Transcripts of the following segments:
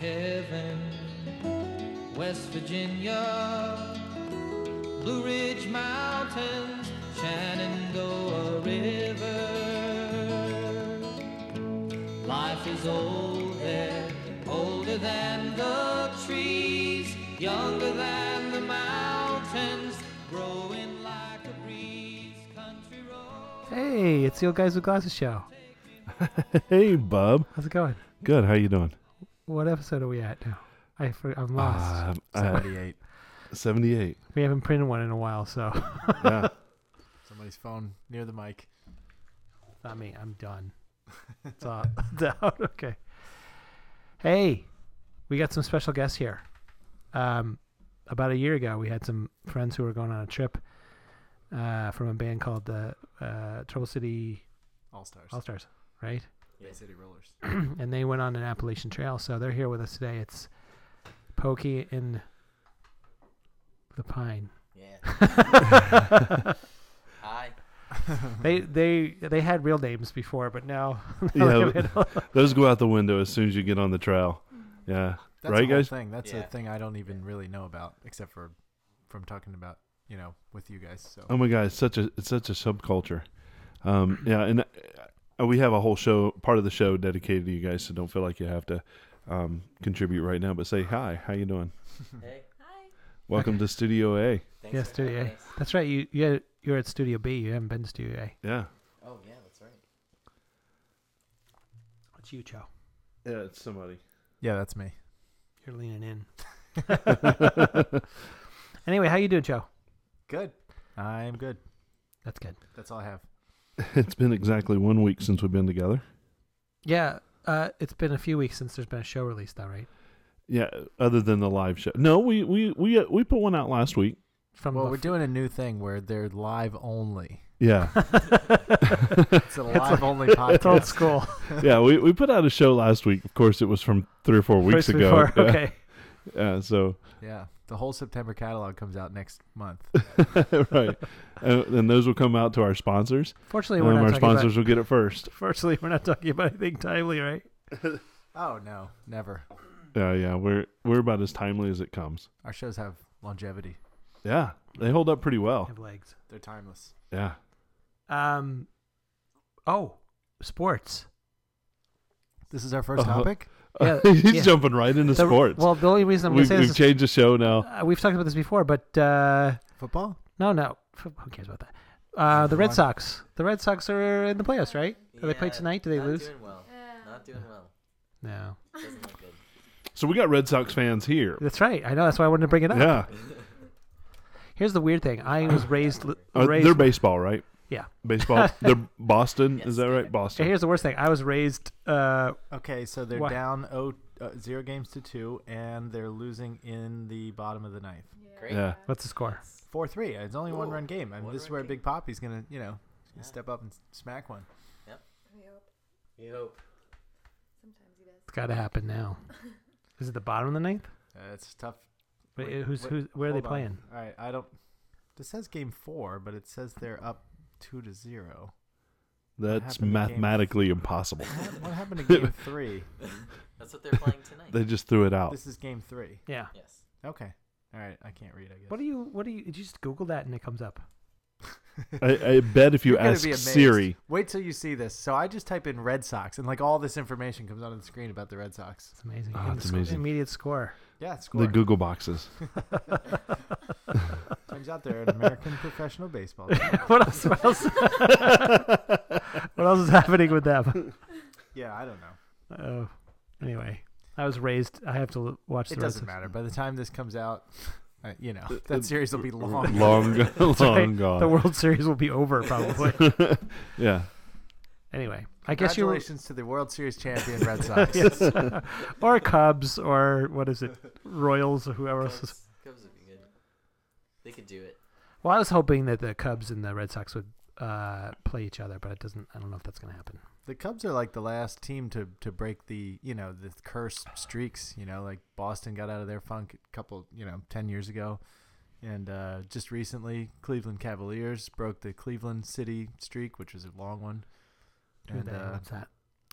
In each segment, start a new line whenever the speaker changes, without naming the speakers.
heaven, West Virginia, Blue Ridge Mountains, Shenandoah River. Life is old there, older than the trees, younger than the mountains, growing like a breeze, country road.
Hey, it's the old guys with glasses show.
Hey, bub.
How's it going?
Good. How you doing?
What episode are we at now? I for, I'm lost.
Um, uh,
78.
78.
we haven't printed one in a while, so
Yeah.
Somebody's phone near the mic.
not me. I'm done. It's all down. Okay. Hey, we got some special guests here. Um, about a year ago, we had some friends who were going on a trip uh, from a band called the uh, Trouble City
All stars.
All Stars, right?
Bay City Rollers.
and they went on an Appalachian Trail. So they're here with us today. It's Pokey in the Pine.
Yeah. Hi.
They they they had real names before, but now
Yeah, Those go out the window as soon as you get on the trail. Yeah.
That's
right,
a whole
guys?
Thing. That's a
Yeah.
thing I don't even really know about, except for from talking about, you know, with you guys. So
Oh my God, it's such a it's such a subculture. Um, yeah, and uh, we have a whole show, part of the show dedicated to you guys, so don't feel like you have to um, contribute right now. But say hi. How you doing?
Hey.
Welcome to Studio A.
Thanks
yeah,
for
Studio
having
A.
us.
That's right. You you had- you were at Studio B. You haven't been to Studio A.
Yeah.
Oh yeah, that's right.
It's you, Joe.
Yeah, it's somebody.
yeah, that's me.
You're leaning in. anyway, how you doing, Joe?
Good. I'm good.
That's good.
That's all I have.
It's been exactly one week since we've been together.
Yeah, uh, it's been a few weeks since there's been a show release, though, right?
Yeah, other than the live show. No, we we we uh, we put one out last week.
From
Well,
bef-
we're doing a new thing where they're live only.
Yeah.
It's a live only podcast.
it's old school.
yeah, we, we put out a show last week. Of course, it was from three or four weeks
First
ago.
before-
Yeah.
Okay.
Yeah, so
Yeah. The whole September catalog comes out next month.
right, and, and those will come out to our sponsors.
Fortunately,
And
we're not
our
talking about-
sponsors will get it first.
Fortunately, we're not talking about anything timely, right?
Oh no, never.
Yeah, yeah, we're we're about as timely as it comes.
Our shows have longevity.
Yeah, they hold up pretty well.
Have legs.
They're timeless.
Yeah,
Um. Oh, sports.
This is our 1st
Oh,
topic.
Yeah,
he's
yeah.
jumping right into
The-
sports.
Well, the only reason I'm going
we've
to say this
we've
is
changed the show now.
uh, we've talked about this before, but uh,
Football?
no, no, F- who cares about that? Uh, the Red
Fine.
Sox. The Red Sox are in the playoffs, right? Do they play
Yeah,
tonight? Do they
not
lose?
Doing well. Not doing well.
No.
Doesn't look good.
So we got Red Sox fans here.
That's right. I know. That's why I wanted to bring it up.
Yeah,
Here's the weird thing. I was raised.
Uh,
raised
they're baseball, right?
yeah.
Baseball. they're Boston.
Yes,
Is that
they
right?
And
Boston.
here's the worst thing. I was raised. Uh,
Okay, so they're
Why-
down o- uh, zero games to two, and they're losing in the bottom of the ninth.
Great.
Yeah.
what's the score?
Four three. It's only one
Ooh,
run game, and
one
this is
run
where
game.
Big Poppy's gonna, you know,
Yeah.
step up and s- smack one.
We hope.
It's got to happen now. Is it the bottom of the ninth?
Uh, it's tough.
Wait,
Wait,
uh, who's,
wait,
who's, where are they
Hold on.
playing?
All right, I don't. This says game four, but it says they're up two to zero. happened
That's
to game-
mathematically impossible.
What, what happened to game three?
That's what they're playing tonight.
They just threw it out.
This is game three.
Yeah.
yes.
Okay. All right, I can't read. I guess.
What do you? What do you? Did you just Google that and it comes up?
I, I bet if you
You're gonna
ask
be amazed.
Siri,
Wait till you see this. So I just type in Red Sox, and like all this information comes onto the screen about the Red Sox.
It's amazing.
Ah,
And
it's
the sc-
amazing.
Immediate score.
Yeah, score.
the Google boxes.
Turns out they're an American professional baseball. Team.
what else? What else? what else is happening with them?
Yeah, I don't know.
Oh, anyway, I was raised. I have to l- watch.
It
the
doesn't
Red Sox.
matter. By the time this comes out, uh, you know that series will be long.
long, long
right. The
gone.
World Series will be over probably.
Yeah,
anyway, I guess you were
Congratulations to the World Series champion Red Sox.
yes. or Cubs or what is it? Royals or whoever else. Is.
Cubs, Cubs would be good. They could do it.
Well, I was hoping that the Cubs and the Red Sox would uh, play each other, but it doesn't. I don't know if that's going to happen.
The Cubs are like the last team to to break the you know the cursed streaks. You know, like Boston got out of their funk a couple you know ten years ago, and uh, just recently Cleveland Cavaliers broke the Cleveland City streak, which was a long one.
Who
And
the hell
uh,
is that?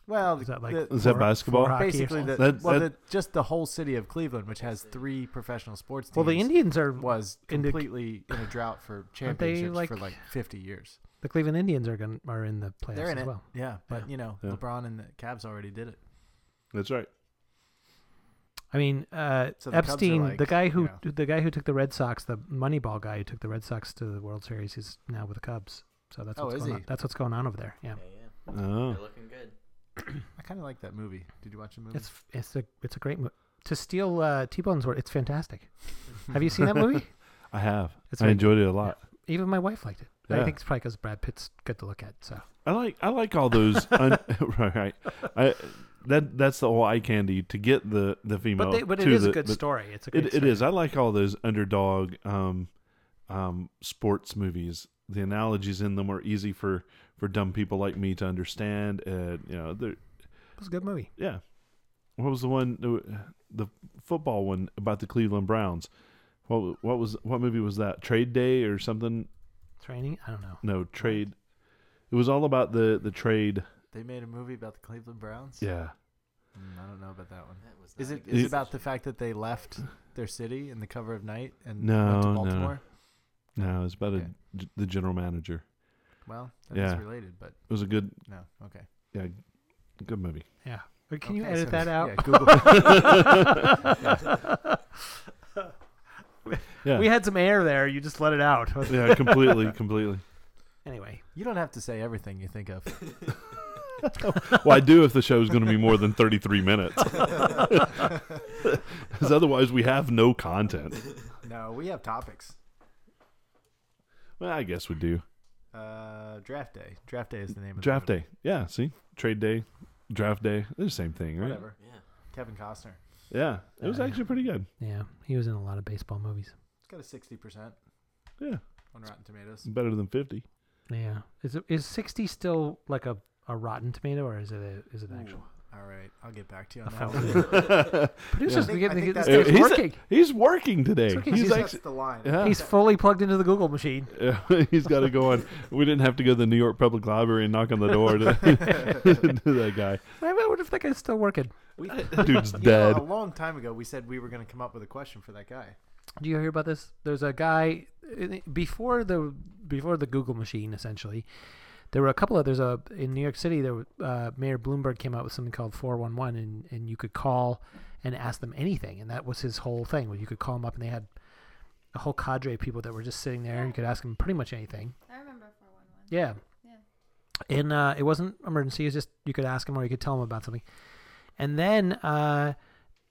Well,
Is that like
the-
Is that
floor-
basketball?
floor hockey or
basically the,
something?
That-
well,
that-
the, just the whole city of Cleveland, which has three professional sports teams,
well, the Indians are
was
in the-
completely in a drought for
Aren't they,
championships
like-
for like 50 years.
the Cleveland Indians are going are in the playoffs
They're in
as
it,
well.
yeah. But you know,
Yeah.
LeBron and the Cavs already did it.
That's right.
I mean, uh,
So the Cubs are
Epstein,
like,
the guy who
you
the guy who took the Red Sox, the Moneyball guy who took the Red Sox to the World Series, he's now with the Cubs. So that's
Oh,
what's
is
going
he?
on. That's what's going on over there. Yeah,
Yeah, yeah.
Oh,
They're looking good.
I kind of like that movie. Did you watch the movie?
it's it's a it's a great movie. To steal uh, T Bone's word, it's fantastic. Have you seen that movie?
I have.
It's
I
like-
enjoyed it a lot.
Even my wife liked it. I
Yeah.
think it's probably because Brad Pitt's good to look at. So
I like I like all those. un- right, right. I that that's the whole eye candy to get the the female.
but they, but it
to
is
the-
a good
the-
story. It's a great
It, it is. I like all those underdog um, um, sports movies. The analogies in them are easy for for dumb people like me to understand. And you know, they're-
It's a good movie.
yeah. What was the one the, the football one about the Cleveland Browns? What what was what movie was that? Trade Day or something?
Training. I don't know.
No, Trade. It was all about the the trade.
They made a movie about the Cleveland Browns.
Yeah.
Mm, I don't know about that one.
That was
Is
not
it
a good
is it
It-
about the fact that they left their city in the cover of night and
No,
went to
no.
Baltimore?
No, it's about
Okay.
a, the general manager.
Well, that's
Yeah.
related, but
It was a good
no. Okay.
yeah, good movie.
Yeah. But Can you
Okay,
edit
so-
that out?
Yeah, Google.
Yeah.
We had some air there. You just let it out.
yeah, completely, completely.
Anyway,
you don't have to say everything you think of.
Well, I do if the show's going to be more than 33 minutes. Because otherwise, we have no content.
No, we have topics.
Well, I guess we do.
Uh, draft day. Draft day is the name of
Draft
the
day. Yeah, see? Trade day, draft day. They're the same thing, right?
Whatever.
Yeah.
Kevin Costner.
Yeah, it was
Yeah.
actually pretty good.
yeah, he was in a lot of baseball movies.
It's got a sixty percent
Yeah,
on Rotten Tomatoes.
it's better than 50.
Yeah, is it, is sixty still like a, a Rotten Tomato or is it a, is it an actual?
All right, I'll get back to you
I
on that.
felt
one.
it. Producers,
Yeah.
we
I
get,
think
this
that's-
guy's
He's-
working.
He's working today.
It's okay,
He's
he's
That's
actually.
the line.
Yeah.
He's fully plugged into the Google machine.
he's got to go on. We didn't have to go to the New York Public Library and knock on the door to, to that guy.
I wonder if that guy's still working.
We-
That dude's
you know,
dead.
a long time ago, we said we were going to come up with a question for that guy.
Do you hear about this? There's a guy before the before the Google machine. Essentially, there were a couple of there's a in New York City. There were, uh, Mayor Bloomberg came out with something called 411, and and you could call and ask them anything, and that was his whole thing. Where you could call them up, and they had a whole cadre of people that were just sitting there. You could ask them pretty much anything.
I remember 411.
Yeah.
Yeah.
And uh, it wasn't emergency. It was just you could ask him or you could tell him about something. And then uh,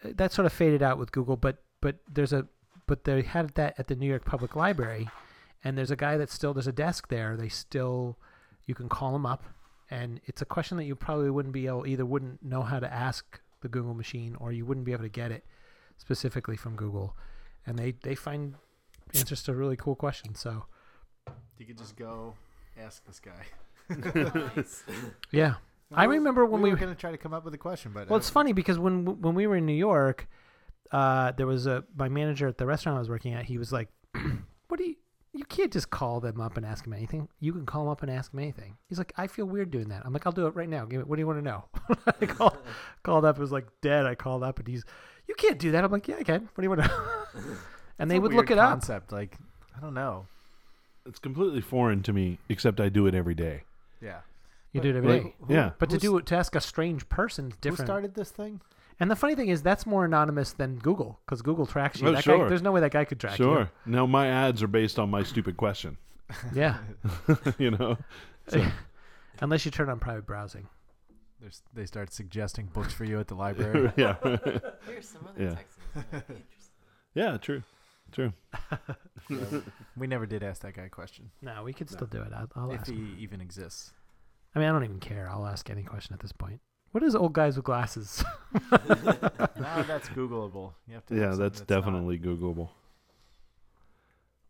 that sort of faded out with Google, but but there's a but they had that at the New York Public Library, and there's a guy that's still there's a desk there. They still you can call him up, and it's a question that you probably wouldn't be able either wouldn't know how to ask the Google machine or you wouldn't be able to get it specifically from Google, and they they find answers to really cool questions. So
You could just go ask this guy.
yeah. I
We were-
remember when
we
we
were going to try to come up with a question, but
Well,
uh,
it's funny because when when we were in New York, uh, there was a my manager at the restaurant I was working at. He was like, "What do you? You can't just call them up and ask them anything. You can call them up and ask them anything." He's like, "I feel weird doing that." I'm like, "I'll do it right now. Give it. What do you want to know?" I called, called up. It was like dead. I called up and he's, "You can't do that." I'm like, "Yeah, I can. What do you want to?" know? and they
it's a
would look it
weird
up.
concept, Like I don't know.
It's completely foreign to me, except I do it every day.
Yeah.
You do it every
Like,
day.
yeah.
But to
who's-
do it to ask a strange person is
Who
different.
started this thing?
and the funny thing is, that's more anonymous than Google because Google tracks you.
Oh,
that guy,
sure.
there's no way that guy could track
Sure. Now my ads are based on my stupid question.
you. Yeah.
you know,
Unless you turn on private browsing.
They're s- they start suggesting books for you at the library.
yeah,
Here's some other
Yeah.
Texans. that might be interesting.
yeah, true, true.
we never did ask that guy a question.
No, we could still do it. I'll, I'll
if
ask.
he even exists.
I mean, I don't even care. I'll ask any question at this point. What is old guys with glasses?
no, that's Googleable. You have to. have
Yeah,
something
that's
not-
definitely Googleable.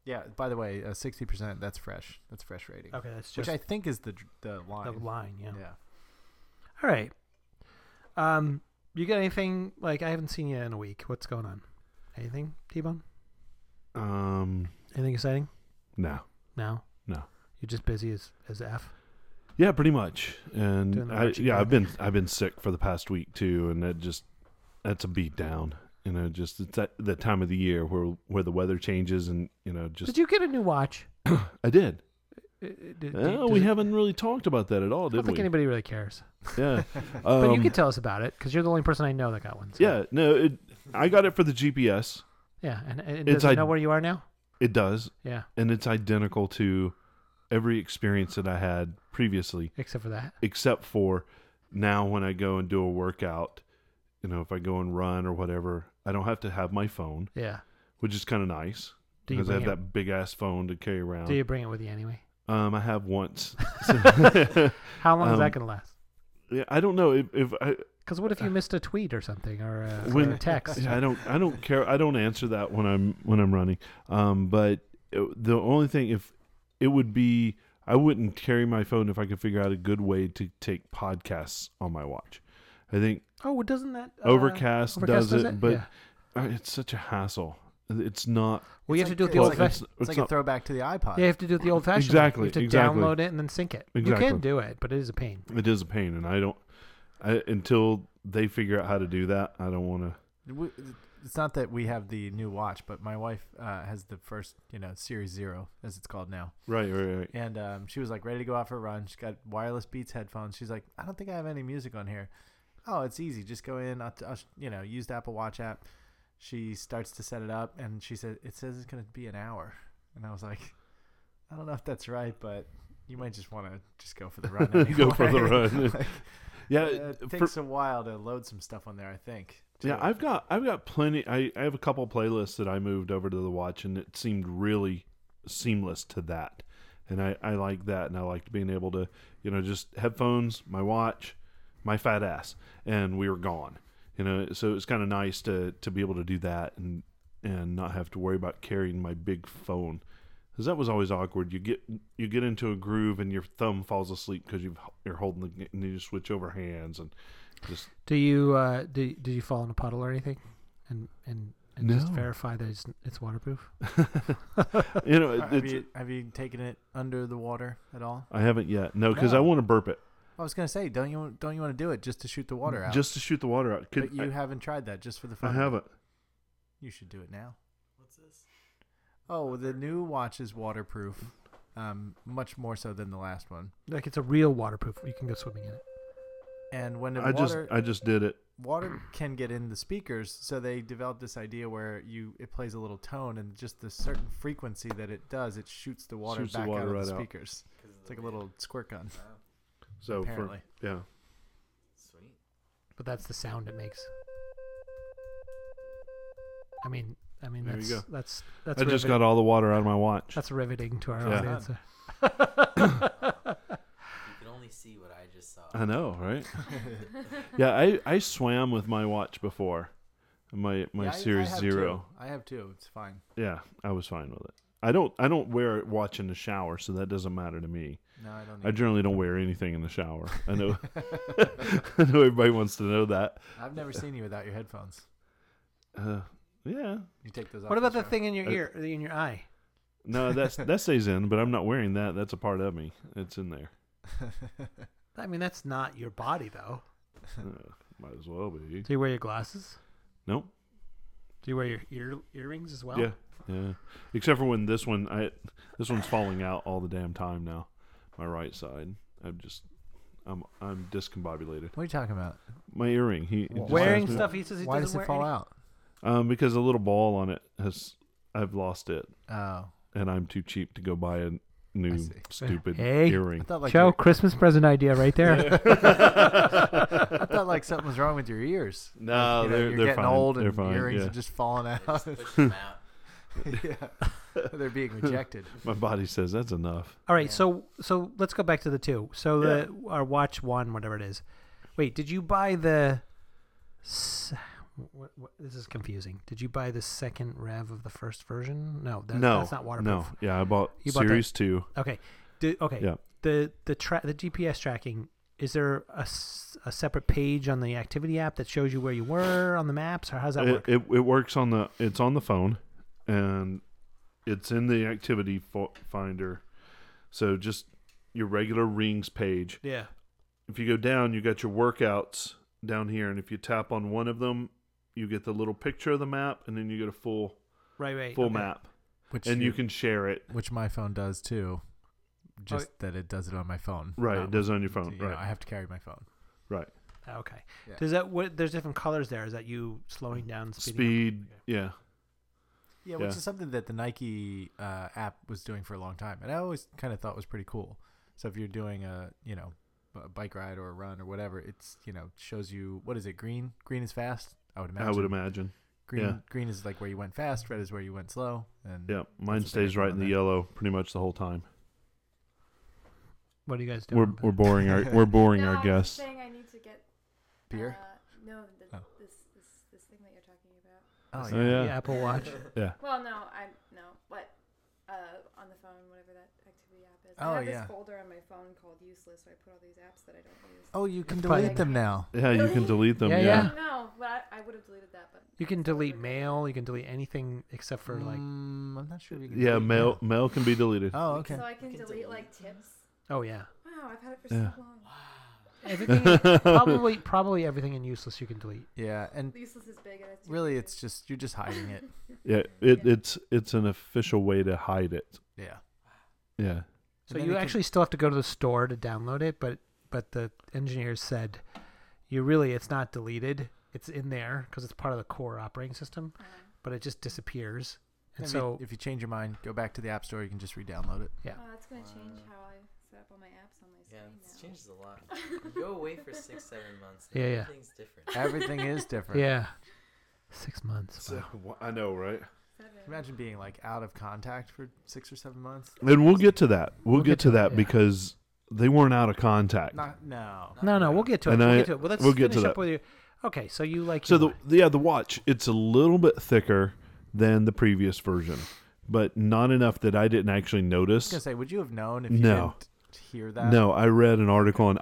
Yeah. By the way, uh, sixty percent. That's fresh. That's fresh rating,
okay, that's
which
just
I think is the dr- the
the
line.
line. Yeah.
Yeah.
All right. Um, you got anything like I haven't seen you in a week? What's going on? Anything, T Bone?
Um,
Anything exciting?
no,
No.
No.
You're just busy as as f.
Yeah, pretty much. And
Doing the
I,
Archie
yeah, I've
thing.
been I've been sick for the past week too, and that just that's a beat down. You know, just it's that the time of the year where where the weather changes, and you know, just
Did you get a new watch?
I did.
Uh, uh, did- did-
Oh,
does
we
it-
haven't really talked about that at all,
I don't
did
think
we?
anybody really cares.
Yeah,
But you
Um,
can tell us about it because you're the only person I know that got one. so-
yeah. No, it, I got it for the GPS.
yeah, and, and
It's
does it
id-
know where you are now?
It does,
Yeah,
and it's identical to every experience that I had previously.
except for that.
except for now when I go and do a workout, you know, if I go and run or whatever, I don't have to have my phone,
Yeah.
which is kind of nice
Do you
because I have
bring it-
that big ass phone to carry around.
Do you bring it with you anyway?
Um, I have once. Oh. So-
How long is
Um,
that gonna last?
Yeah, I don't know if, if I
Because what if you missed a tweet or something or a,
uh, When-
or a text?
yeah, I don't I don't care. I don't answer that when I'm when I'm running. Um, but it- the only thing if it would be I wouldn't carry my phone if I could figure out a good way to take podcasts on my watch. I think
Oh, well, doesn't that uh,
Overcast, does, it, but
Yeah.
uh, it's such a hassle. It's not
well, you have
It's
to do it
like-
the
it's
old
like-
fashioned.
It's like a throwback to the iPod.
Yeah, you have to do it the old fashioned.
Exactly,
You have to
exactly.
download it and then sync it.
Exactly.
You can do it, but it is a pain.
it is a pain, and I don't I, until they figure out how to do that. I don't want to.
We- It's not that we have the new watch, but my wife uh, has the first, you know, Series Zero, as it's called now.
Right, right, right.
And um, she was like ready to go out for a run. She got wireless Beats headphones. She's like, I don't think I have any music on here. Oh, it's easy. Just go in. I'll, I'll you know, use the Apple Watch app. She starts to set it up, and she said, "It says it's going to be an hour." And I was like, I don't know if that's right, but you might just want to just go for the run.
Go for the
anyway."
run.
Like,
Yeah,
uh, it
for-
takes a while to load some stuff on there. I think.
yeah. uh,
too.
I've got I've got plenty. I I have a couple playlists that I moved over to the watch, and it seemed really seamless to that. And I I like that, and I liked being able to you know just headphones, my watch, my fat ass, and we were gone. You know, so it's kind of nice to to be able to do that and and not have to worry about carrying my big phone because that was always awkward. You get you get into a groove and your thumb falls asleep because you you're holding the and you switch over hands and just
Do you uh, do, do you fall in a puddle or anything, and and, and just
No.
verify that it's, it's waterproof?
you know it,
Uh,
it's,
have you have you taken it under the water at all?
I haven't yet. No, because I
No.
want to burp it
I was gonna say, don't you don't you want to do it just to shoot the water out?
just to shoot the water out. Could,
but you
I,
haven't tried that just for the
I
fun. of it.
haven't.
You should do it now.
What's this?
Oh, the new watch is waterproof, um, much more so than the last one.
Like it's a real waterproof. You can go swimming in it.
And when the
I just
water
I just did it.
water can get in the speakers, so they developed this idea where you it plays a little tone and just the certain frequency that it does, it shoots the water
Shoots the
back
water
out of
right
the
out.
speakers. It's like a little squirt gun.
So
Apparently.
Oh, for yeah,
Sweet.
But that's the sound it makes. I mean, I mean
There you
that's
go.
that's that's
I just
riveting.
got all the water out of my watch.
that's riveting to our
Yeah.
audience.
You can only see what I just saw.
I know, right? yeah, I I swam with my watch before, my my
Yeah, I- I
Series
have
Zero.
two. I have two. It's fine.
Yeah, I was fine with it. I don't I don't wear a watch in the shower, so that doesn't matter to me.
No, I don't.
I
Need
generally don't wear anything in the shower. I know I know everybody wants to know that.
I've never seen you without your headphones.
Uh, yeah,
You take those off.
what about
the
the thing in your
Uh,
ear, in your eye?
no, that's that stays in, but I'm not wearing that. That's a part of me. It's in there.
I mean, that's not your body though.
Uh, might as well be.
Do you wear your glasses?
Nope.
Do you wear your ear earrings as well?
Yeah, yeah. Except for when this one, I this one's falling out all the damn time now. My right side, I'm just, I'm I'm discombobulated.
What are you talking about?
My earring, he he just
Wearing
asked me-
stuff. He says he
Why does
doesn't
it
wear
fall
any-
out?
um, because a little ball on it has, I've lost it,
Oh,
and I'm too cheap to go buy a
I
new
see.
stupid
Hey.
I
earring.
thought like
Joe,
your-
Christmas present idea right there.
I thought like something was wrong with your ears.
No, Oh,
You know,
they're
you're
they're
getting
fine.
old
they're
and
fine.
earrings
yeah.
are just falling
I
out.
just pushed them out.
yeah, they're being rejected.
My body says that's enough.
All right, so so let's go back to the two. So the our watch one, whatever it is. Wait, did you buy the? s- What, what, this is confusing. Did you buy the second rev of the first version? No, that,
no,
that's not
No,
waterproof.
yeah, I bought
You bought that-
Series Two.
Okay, Did- okay.
Yeah.
The the tra- the GPS tracking. Is there a, s- a separate page on the activity app that shows you where you were on the maps, or how's that
it,
work?
it, it works on the it's on the phone and it's in the activity fo- finder so just your regular rings page.
Yeah.
If you go down, you got your workouts down here, and if you tap on one of them, you get the little picture of the map, and then you get a full
Right. Right.
full
okay.
map,
Which
and you can share it.
which my phone does too. Just that it does it on my phone.
Right,
not
it does it on your
with-
phone.
you know,
right,
Um, I have to carry my phone.
right.
Ah, Okay.
Yeah.
Does that what? There's different colors there. Is that you slowing down? Speeding
Speed, yeah,
Yeah, which
Yeah.
is something that the Nike uh, app was doing for a long time, and I always kind of thought was pretty cool. So if you're doing a you know a bike ride or a run or whatever, it's you know shows you what is it? Green, green is fast. I would imagine.
I would imagine.
Green,
yeah.
green is like where you went fast. Red is where you went slow. And
Yeah, mine
That's what they
stays
do
right
on
in the
that.
yellow pretty much the whole time.
What are you guys doing?
We're we're boring our we're boring
no,
our
I was
guests.
just saying I need to get
beer.
Uh, no, the,
Oh.
this, this this thing that you're talking about.
Oh
Oh, yeah.
The Apple Watch.
Well, no, I'm no, what? Uh, on the phone, whatever that activity app is.
Oh,
I have
yeah.
this folder on my phone called useless, where I put all these apps that I don't use.
Oh, you can
probably-
delete them now.
Yeah, you can delete them.
Yeah,
Yeah,
yeah.
No, but I, I would have deleted that, but
You can delete mail. You can delete anything except for like.
Mm, I'm not sure. If you can
yeah.
delete them
mail
now.
mail can be deleted.
Oh, okay.
so I can,
You can
delete,
delete
like tips.
Oh yeah.
Wow, I've had it for
Yeah.
so long.
Everything. probably probably everything in useless you can delete.
Yeah, and
Useless is big, and it's
really, it's just you're just hiding it.
Yeah, it, it's it's an official way to hide it.
Yeah.
Yeah,
So
And then
you
it can-
actually still have to go to the store to download it, but but the engineers said you really it's not deleted. It's in there because it's part of the core operating system,
uh,
but it just disappears. And
If you-
so
if you change your mind, go back to the app store. You can just re-download it.
Oh, that's gonna change how I set up all my apps on my
Yeah,
screen
it
now.
changes a lot. You go away for six, seven months.
Yeah, yeah.
Everything's different.
Everything is different.
yeah, six months. Wow.
I know, right?
Seven.
Imagine being like out of contact for six or seven months.
And we'll get to that. We'll,
We'll
get,
get
to
to it,
that
yeah.
because they weren't out of contact.
Not no.
No, no, we'll get to it.
And
we'll
I-
get to it. Well, let's
we'll get to
finish
that.
up with you. Okay, so you like
so
your-
the yeah, the watch it's a little bit thicker than the previous version, but not enough that I didn't actually
I was gonna
notice.
say, would you have known if you
No.
didn't hear that?
No, I read an article on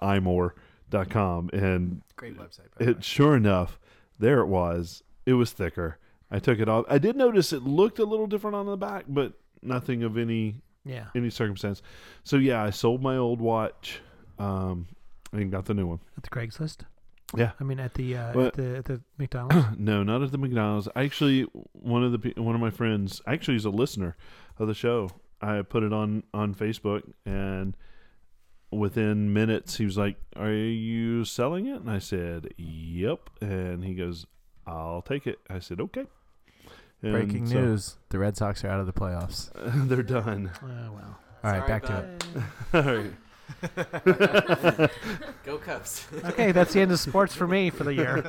imore.com and
Great website. By the way.
it sure enough there it was it was thicker i took it off i did notice it looked a little different on the back but nothing of any
yeah.
any circumstance so yeah i sold my old watch um and got the new one
At the Craigslist?
Yeah.
I mean, at the uh,
Well-
at the at the McDonald's.
no not at the mcdonald's actually one of the pe- one of my friends actually is a listener of the show i put it on on facebook and within minutes he was like are you selling it and i said yep and he goes i'll take it i said okay And
Breaking
so-
news: The Red Sox are out of the playoffs.
they're done
oh well.
All right,
Sorry,
back to
bud.
it.
all right
Go Cubs.
Okay, that's the end of sports for me for the year.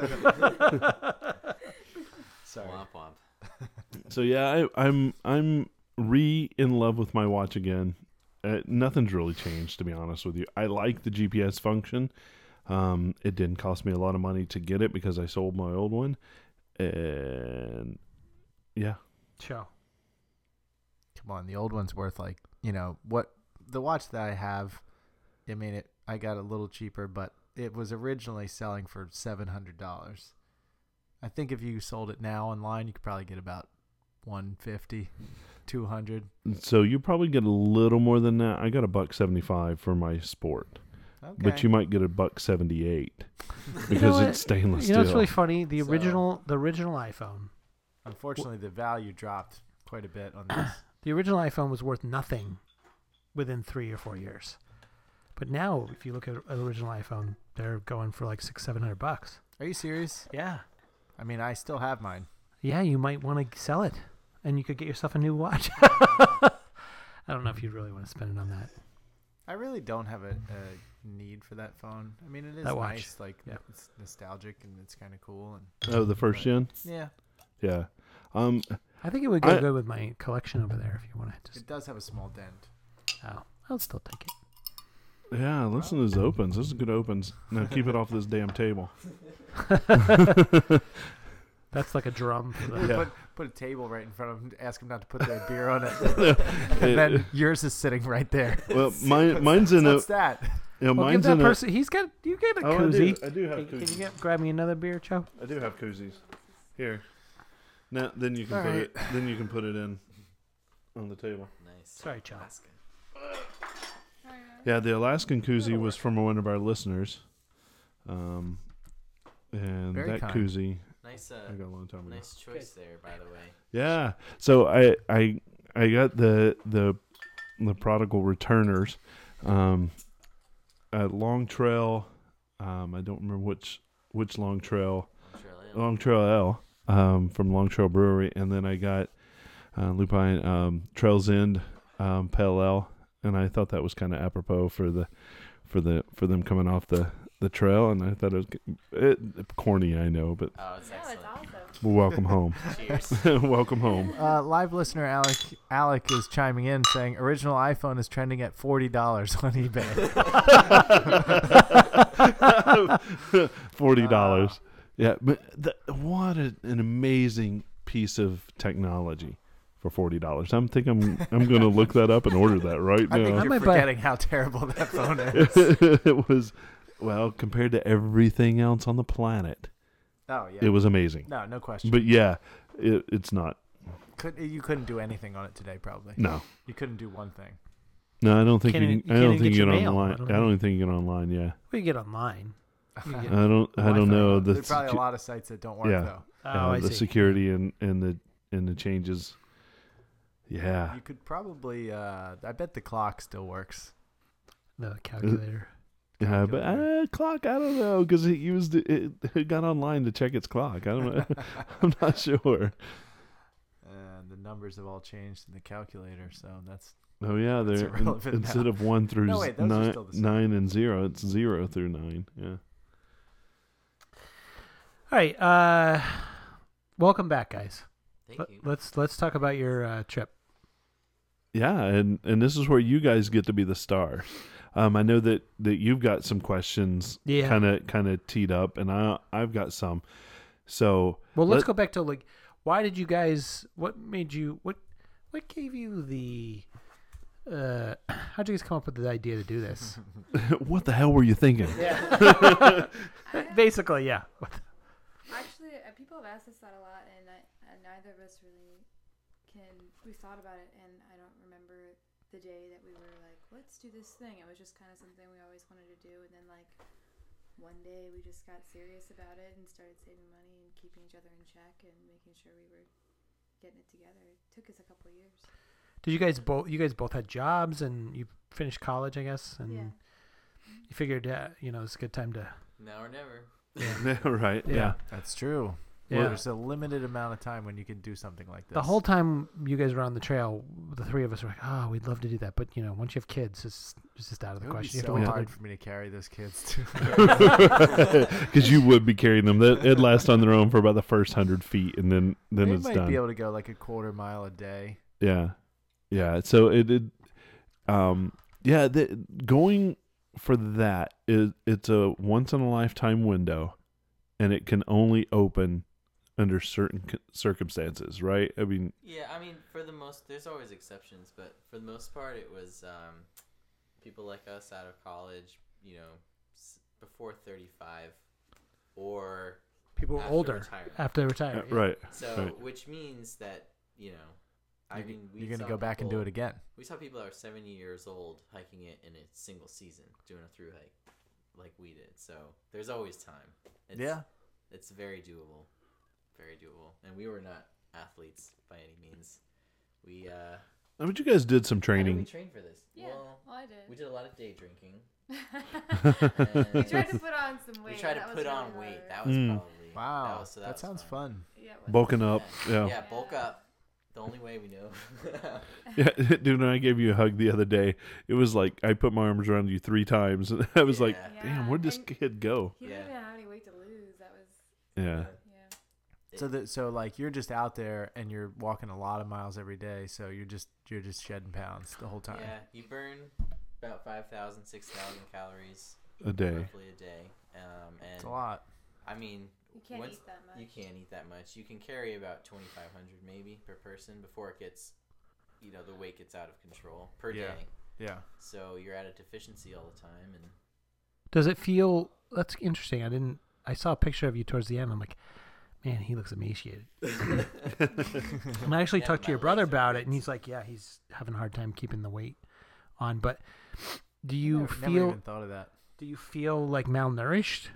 Sorry.
Womp womp.
so yeah I, i'm i'm re in love with my watch again uh, nothing's really changed to be honest with you i like the gps function um, it didn't cost me a lot of money to get it because i sold my old one and yeah
Show.
Come on, the old one's worth like you know what the watch that I have. I mean, it. I got a little cheaper, but it was originally selling for seven hundred dollars. I think if you sold it now online, you could probably get about 150 200
so you probably get a little more than that i got a buck 75 for my sport
okay.
but you might get a buck 78 because
what?
it's stainless
You know, it's
steel
really funny. The
So-
original the original iPhone.
Unfortunately, the value dropped quite a bit on this.
The original iPhone was worth nothing within three or four years. But now, if you look at an original iPhone, they're going for like six, seven hundred bucks.
Are you serious?
Yeah.
I mean, I still have mine.
Yeah, you might want to sell it, and you could get yourself a new watch. I don't know if you really want to spend it on that.
I really don't have a, a need for that phone. I mean, it is
That watch.
nice, like
Yeah.
it's nostalgic and it's kind of cool. And
oh the first gen
yeah,
yeah um
I think it would go
I-
good with my collection over there if you want to just.
it does have a small dent.
Oh, I'll still take it.
Yeah, listen to his opens. This is good opens. Now keep it off this damn table.
That's like a drum. For the,
Yeah.
Put put a table right in front of them. Ask them not to put their beer on it. and then yours is sitting right there.
well, mine, mine's in a.
What's that?
You know,
well, give
mine's
that
in a.
person. He's got. You get a
Oh, I do,
koozie.
I do have
Can, can you
koozies.
get, grab me another beer, Joe?
I do have koozies. Here. Now then you can
All
put
right.
it. Then you can put it in on the table.
Nice.
Sorry, Joe.
Alaska.
Sorry, Ryan.
Yeah, the Alaskan koozie was from one of our listeners. Um, and
Very
that
kind.
koozie
Nice, uh,
I got a long time ago.
nice choice there, by the way.
Yeah. So I I I got the the the prodigal returners um at Long Trail um I don't remember which which Long Trail
I'm sure I'll-
Long Trail L um from Long Trail Brewery and then I got uh, Lupine um Trails End um Pale Ale and I thought that was kind of apropos for the for the for them coming off the the trail and I thought it was it, corny I know but
Oh, it's
No, it's
excellent.
awesome.
welcome home
Cheers.
welcome home
Uh, live listener Alec Alec is chiming in saying original iPhone is trending at forty dollars on eBay. Ah.
forty dollars. yeah, but the, what a, an amazing piece of technology for forty dollars. I'm think I'm I'm going to look that up and order that right
I think
now.
I
you're
might buy-
forgetting how terrible that phone is.
it was well compared to everything else on the planet.
Oh yeah.
It was amazing.
no, no question.
But yeah, it, it's not.
Could, you couldn't do anything on it today, probably.
No,
You couldn't do one thing.
no, I don't think
Can't
you.
even-
Can,
you
I
can't
don't
even
think
get
you
your
get
mail,
online.
I
I
don't
don't,
think.
think you get online. Yeah,
We can get online. We can get-
I don't. I
Wi-Fi
don't know.
won't.
The
There's probably
secu-
a lot of sites that don't work
Yeah.
oh,
uh,
I
the
see.
security and, and the and the changes.
though.
Yeah,
You could probably. Uh, I bet the clock still works.
the calculator.
yeah but uh, clock. I don't know because it used it, it. Got online to check its clock. I don't know. I'm not sure.
And the numbers have all changed in the calculator, so that's
Oh yeah,
That's
they're in-
irrelevant now.
instead of one through
No,
z-
wait, those are
nine,
still the same.
nine and zero, it's zero through nine. Yeah.
All right. Uh, welcome back, guys.
Thank
Let,
you.
let's let's talk about your uh, trip.
Yeah, and and this is where you guys get to be the star. Um, I know that that you've got some questions
Yeah.
kind of kind of teed up, and I I've got some. So
Well, let's
let-
go back to like, why did you guys? What made you? What what gave you the? Uh, how'd you guys come up with the idea to do this?
what the hell were you thinking?
I,
Basically, yeah.
actually, uh, people have asked us that a lot, and I, uh, neither of us really can. We thought about it, and I don't remember the day that we were like, "Let's do this thing." It was just kind of something we always wanted to do, and then like one day we just got serious about it and started saving money and keeping each other in check and making sure we were getting it together. It took us a couple years.
Did you guys both? You guys both had jobs, and you finished college, I guess, and
Yeah.
you figured, uh, you know, it's a good time to.
Now or never.
right.
Yeah.
yeah.
that's true.
Yeah.
There's a limited amount of time when you can do something like this.
The whole time you guys were on the trail, the three of us were like, "Oh, we'd love to do that," but you know, once you have kids, it's, it's just out of
It
the
would be
question. You have to
so
wait till
hard
they're-
for me to carry those kids too.
because you would be carrying them. That it lasts on their own for about the first hundred feet, and then then
they
it's
might
done.
be able to go like a quarter mile a day.
yeah, yeah. So it, it um, yeah. The, going for that is it's a once in a lifetime window, and it can only open under certain c- circumstances, right? I mean,
Yeah, I mean, for the most, there's always exceptions, but for the most part, it was um, people like us out of college, you know, s- before 35 or
people were
after
older
retirement.
after retire. Oh,
Uh,
yeah.
right.
So,
Right.
which means that, you know, I
You're,
mean, we
you're gonna
saw
go back and do
people-
it again.
We saw people that are 70 years old hiking it in a single season, doing a through hike like we did. So, there's always time. It's,
yeah.
It's very doable. Very doable. And we were not athletes by any means. We, uh,
I mean, you guys did some
how did we
training.
train for this?
Yeah.
Well,
well, I
we
did.
did a lot of day drinking.
We
and
tried to put on some weight.
we tried
That
to
was
put
really
on weight.
hard.
That was
Mm.
probably
Wow.
That, was, so
that
was
sounds
fun.
fun.
Yeah, it was.
Bulking up, yeah.
Yeah, bulk up. The only way we know.
Yeah, dude, when I gave you a hug the other day, it was like I put my arms around you three times, and I was like,
Yeah.
"Damn, where'd this
And
kid go?"
He
Yeah.
didn't have any weight to lose. That was
Yeah,
yeah.
So that so like you're just out there and you're walking a lot of miles every day, so you're just you're just shedding pounds the whole time.
Yeah, you burn about 5,000, 6,000 calories
a day.
roughly a day. Um, and
It's a lot.
I mean,
You can't
Once-
eat that much.
you can't eat that much. You can carry about 2,500 maybe per person before it gets, you know, the weight gets out of control per
Yeah.
day.
Yeah.
So you're at a deficiency all the time. And
Does it feel? That's interesting. I didn't. I saw a picture of you towards the end. I'm like, man, he looks emaciated. and I actually
Yeah,
talked to
my
your brother
legs are
about it,
ripped.
and he's like, yeah, he's having a hard time keeping the weight on. But do you
never,
feel
never even thought of that.
do you feel like malnourished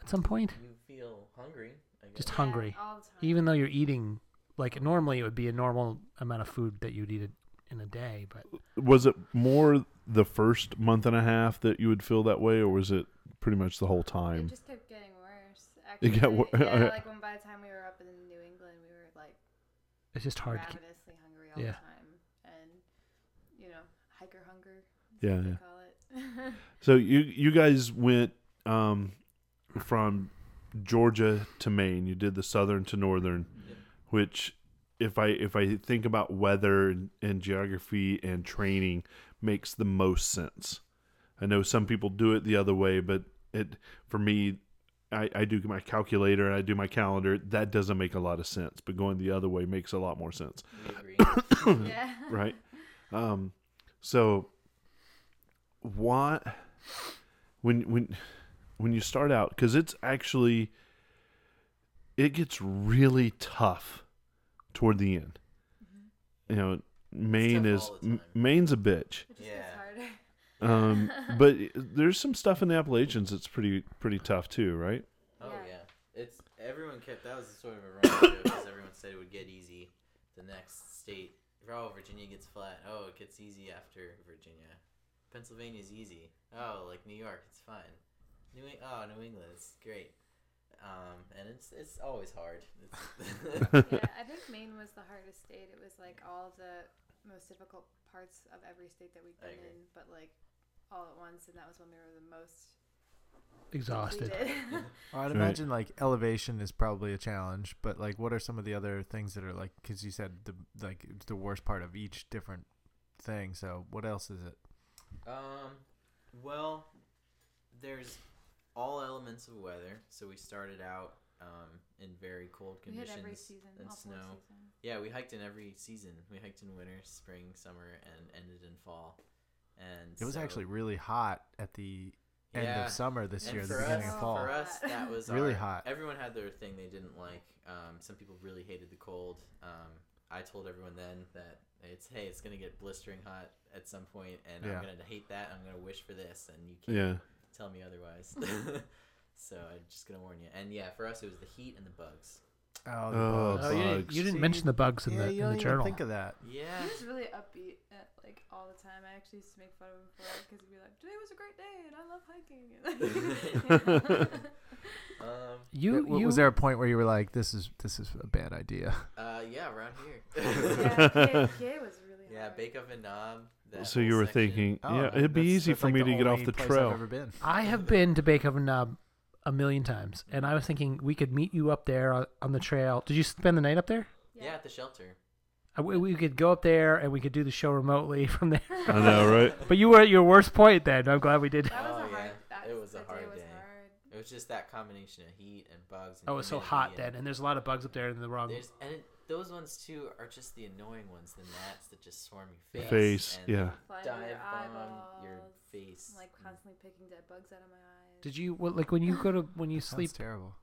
at some point?
You feel hungry. I guess.
Just hungry.
all the time.
Even though you're eating like normally it would be a normal amount of food that you'd eat in a day, but
Was it more the first month and a half that you would feel that way, or was it pretty much the whole
it
time?
just kept getting worse. Actually,
got wor-
yeah, like when by the time we were up in New England, we were like
it's just hard. To,
ravenously hungry all
Yeah.
the time, and you know, hiker hunger. is
Yeah,
what they
yeah.
call it.
So you you guys went um, from Georgia to Maine. You did the southern to northern, which if I if I think about weather and, and geography and training makes the most sense. I know some people do it the other way, but it for me, I, I do my calculator and I do my calendar. That doesn't make a lot of sense, but going the other way makes a lot more sense
We agree.
yeah.
right? Um, so why when when when you start out because it's actually it gets really tough toward the end. You know, Maine
Mm-hmm. tough
is
all the
M-
time.
Maine's a bitch,
It just gets
Yeah.
harder.
um, but there's some stuff in the Appalachians that's pretty pretty tough too, right?
Oh
Yeah.
yeah. It's everyone kept that was sort of a running joke because everyone said it would get easy. The next state, oh Virginia gets flat. Oh, it gets easy after Virginia. Pennsylvania's easy. Oh, like New York, it's fine. New Eng- oh New England, it's great. Um, and it's it's always hard. It's
yeah, I think Maine was the hardest state. It was like all of the most difficult parts of every state that we've
I
been
agree.
in, but like all at once, and that was when we were the most
exhausted.
depleted.
Well, I'd
Right.
imagine like elevation is probably a challenge, but like, what are some of the other things that are like? Because you said the like it's the worst part of each different thing. So what else is it?
Um, well, there's all elements of weather. So we started out um, in very cold
we
conditions
had every season,
and
all
snow.
four seasons.
Yeah, we hiked in every season. We hiked in winter, spring, summer, and ended in fall. And
It was
so-
actually really hot at the end
Yeah.
of summer this
And
year, the
for
beginning
us,
of fall.
For us, that was
Really
our-
hot.
Everyone had their thing they didn't like. Um, some people really hated the cold. Um, I told everyone then that it's hey, it's gonna get blistering hot at some point, and
Yeah.
I'm gonna hate that. I'm gonna wish for this, and you can't
Yeah,
tell me otherwise. so I'm just gonna warn you. And yeah, for us, it was the heat and the bugs.
Oh, the
Oh,
bugs.
Oh, you, didn't,
Bugs.
you didn't
See?
mention the bugs in the
yeah, you
in
don't
the
even
journal.
think of that.
Yeah.
He was really upbeat at, like all the time. I actually used to make fun of him for it because he'd be like, "Today was a great day, and I love hiking."
Um.
you,
W-
you
was there a point where you were like, "This is this is a bad idea"?
Uh. Yeah. Around here.
yeah, Kay, Kay was really.
Yeah,
hard.
Bake Off and Knob. that
so
whole
you were
section.
thinking,
Oh,
yeah, it'd be
that's-
easy
that's,
for
like,
me
the
to get
only
off the
place
trail.
I've ever been.
I have been to Bake Oven Knob a million times, and I was thinking we could meet you up there on, on the trail. Did you spend the night up there?
Yeah. at the shelter.
I- We, we could go up there and we could do the show remotely from there.
I know, right?
But you were at your worst point then. I'm glad we did.
That was
Oh,
a hard.
yeah.
That,
It was a
that day
hard
was
day.
hard.
It was just that combination of heat and bugs. And
Oh, it's so
humidity
hot
and
then, and there's a lot of bugs up there in the wrong.
There's and it, those ones too are just the annoying ones, the gnats that just swarm your face.
Face,
and
yeah.
Flying
Dive
over your
on
eyeballs.
your face. Mm.
I'm, like constantly picking dead bugs out of my eyes.
Did you what, like when you go to when you sleep
That's terrible.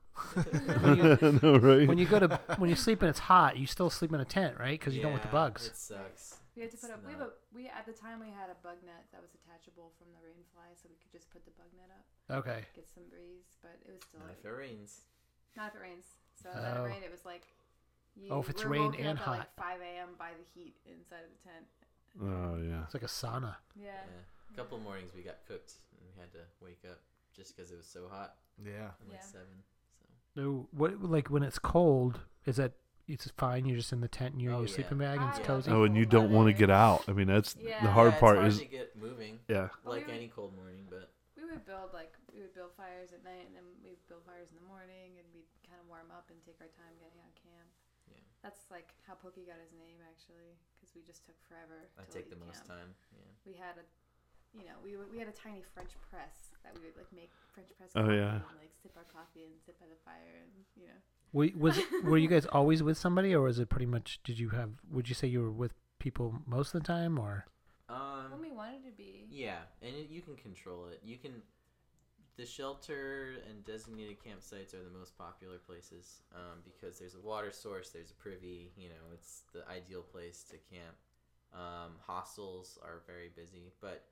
when you,
I know, right?
when you go to when you sleep and it's hot, you still sleep in a tent, right? Because you don't want the
Yeah,
bugs.
It sucks.
we had to
It's
put up. We have a,
not-
we at the time we had a bug net that was detachable from the rain fly, so we could just put the bug net up,
Okay.
get some breeze. But it was still
Not
like,
if it rains.
Not if it rains. So that
Oh.
rain, it was like. You
Oh, if it's
were
rain
woken
and
up At like 5 a.m. by the heat inside of the tent.
oh yeah.
It's like a sauna.
Yeah.
Yeah. A couple mornings we got cooked and we had to wake up just because it was so hot.
Yeah.
at like
Yeah.
seven. So
No, what like when it's cold, is that it's fine? You're just in the tent and you're
Oh,
in your
yeah.
sleeping bag and it's
I-
cozy.
Oh, and you don't want to get
Leather.
out. I mean, that's
Yeah.
the hard
yeah,
part.
it's hard
Is
to get moving
yeah,
Well, we
like
were-
any cold morning, but
We would build like we would build fires at night, and then we'd build fires in the morning, and we'd kind of warm up and take our time getting on camp.
Yeah.
That's like how Pokey got his name actually, because we just took forever.
I
to
take the
leave
most
camp.
time. Yeah.
We had a, you know, we were, we had a tiny French press that we would like make French press.
Oh,
coffee
yeah.
And, like sip our coffee and sit by the fire, and you know.
Were, was were you guys always with somebody, or was it pretty much? Did you have? Would you say you were with people most of the time, or
Um,
When we wanted to be.
Yeah, and it, you can control it. You can. The shelter and designated campsites are the most popular places um, because there's a water source, there's a privy. You know, it's the ideal place to camp. Um, hostels are very busy, but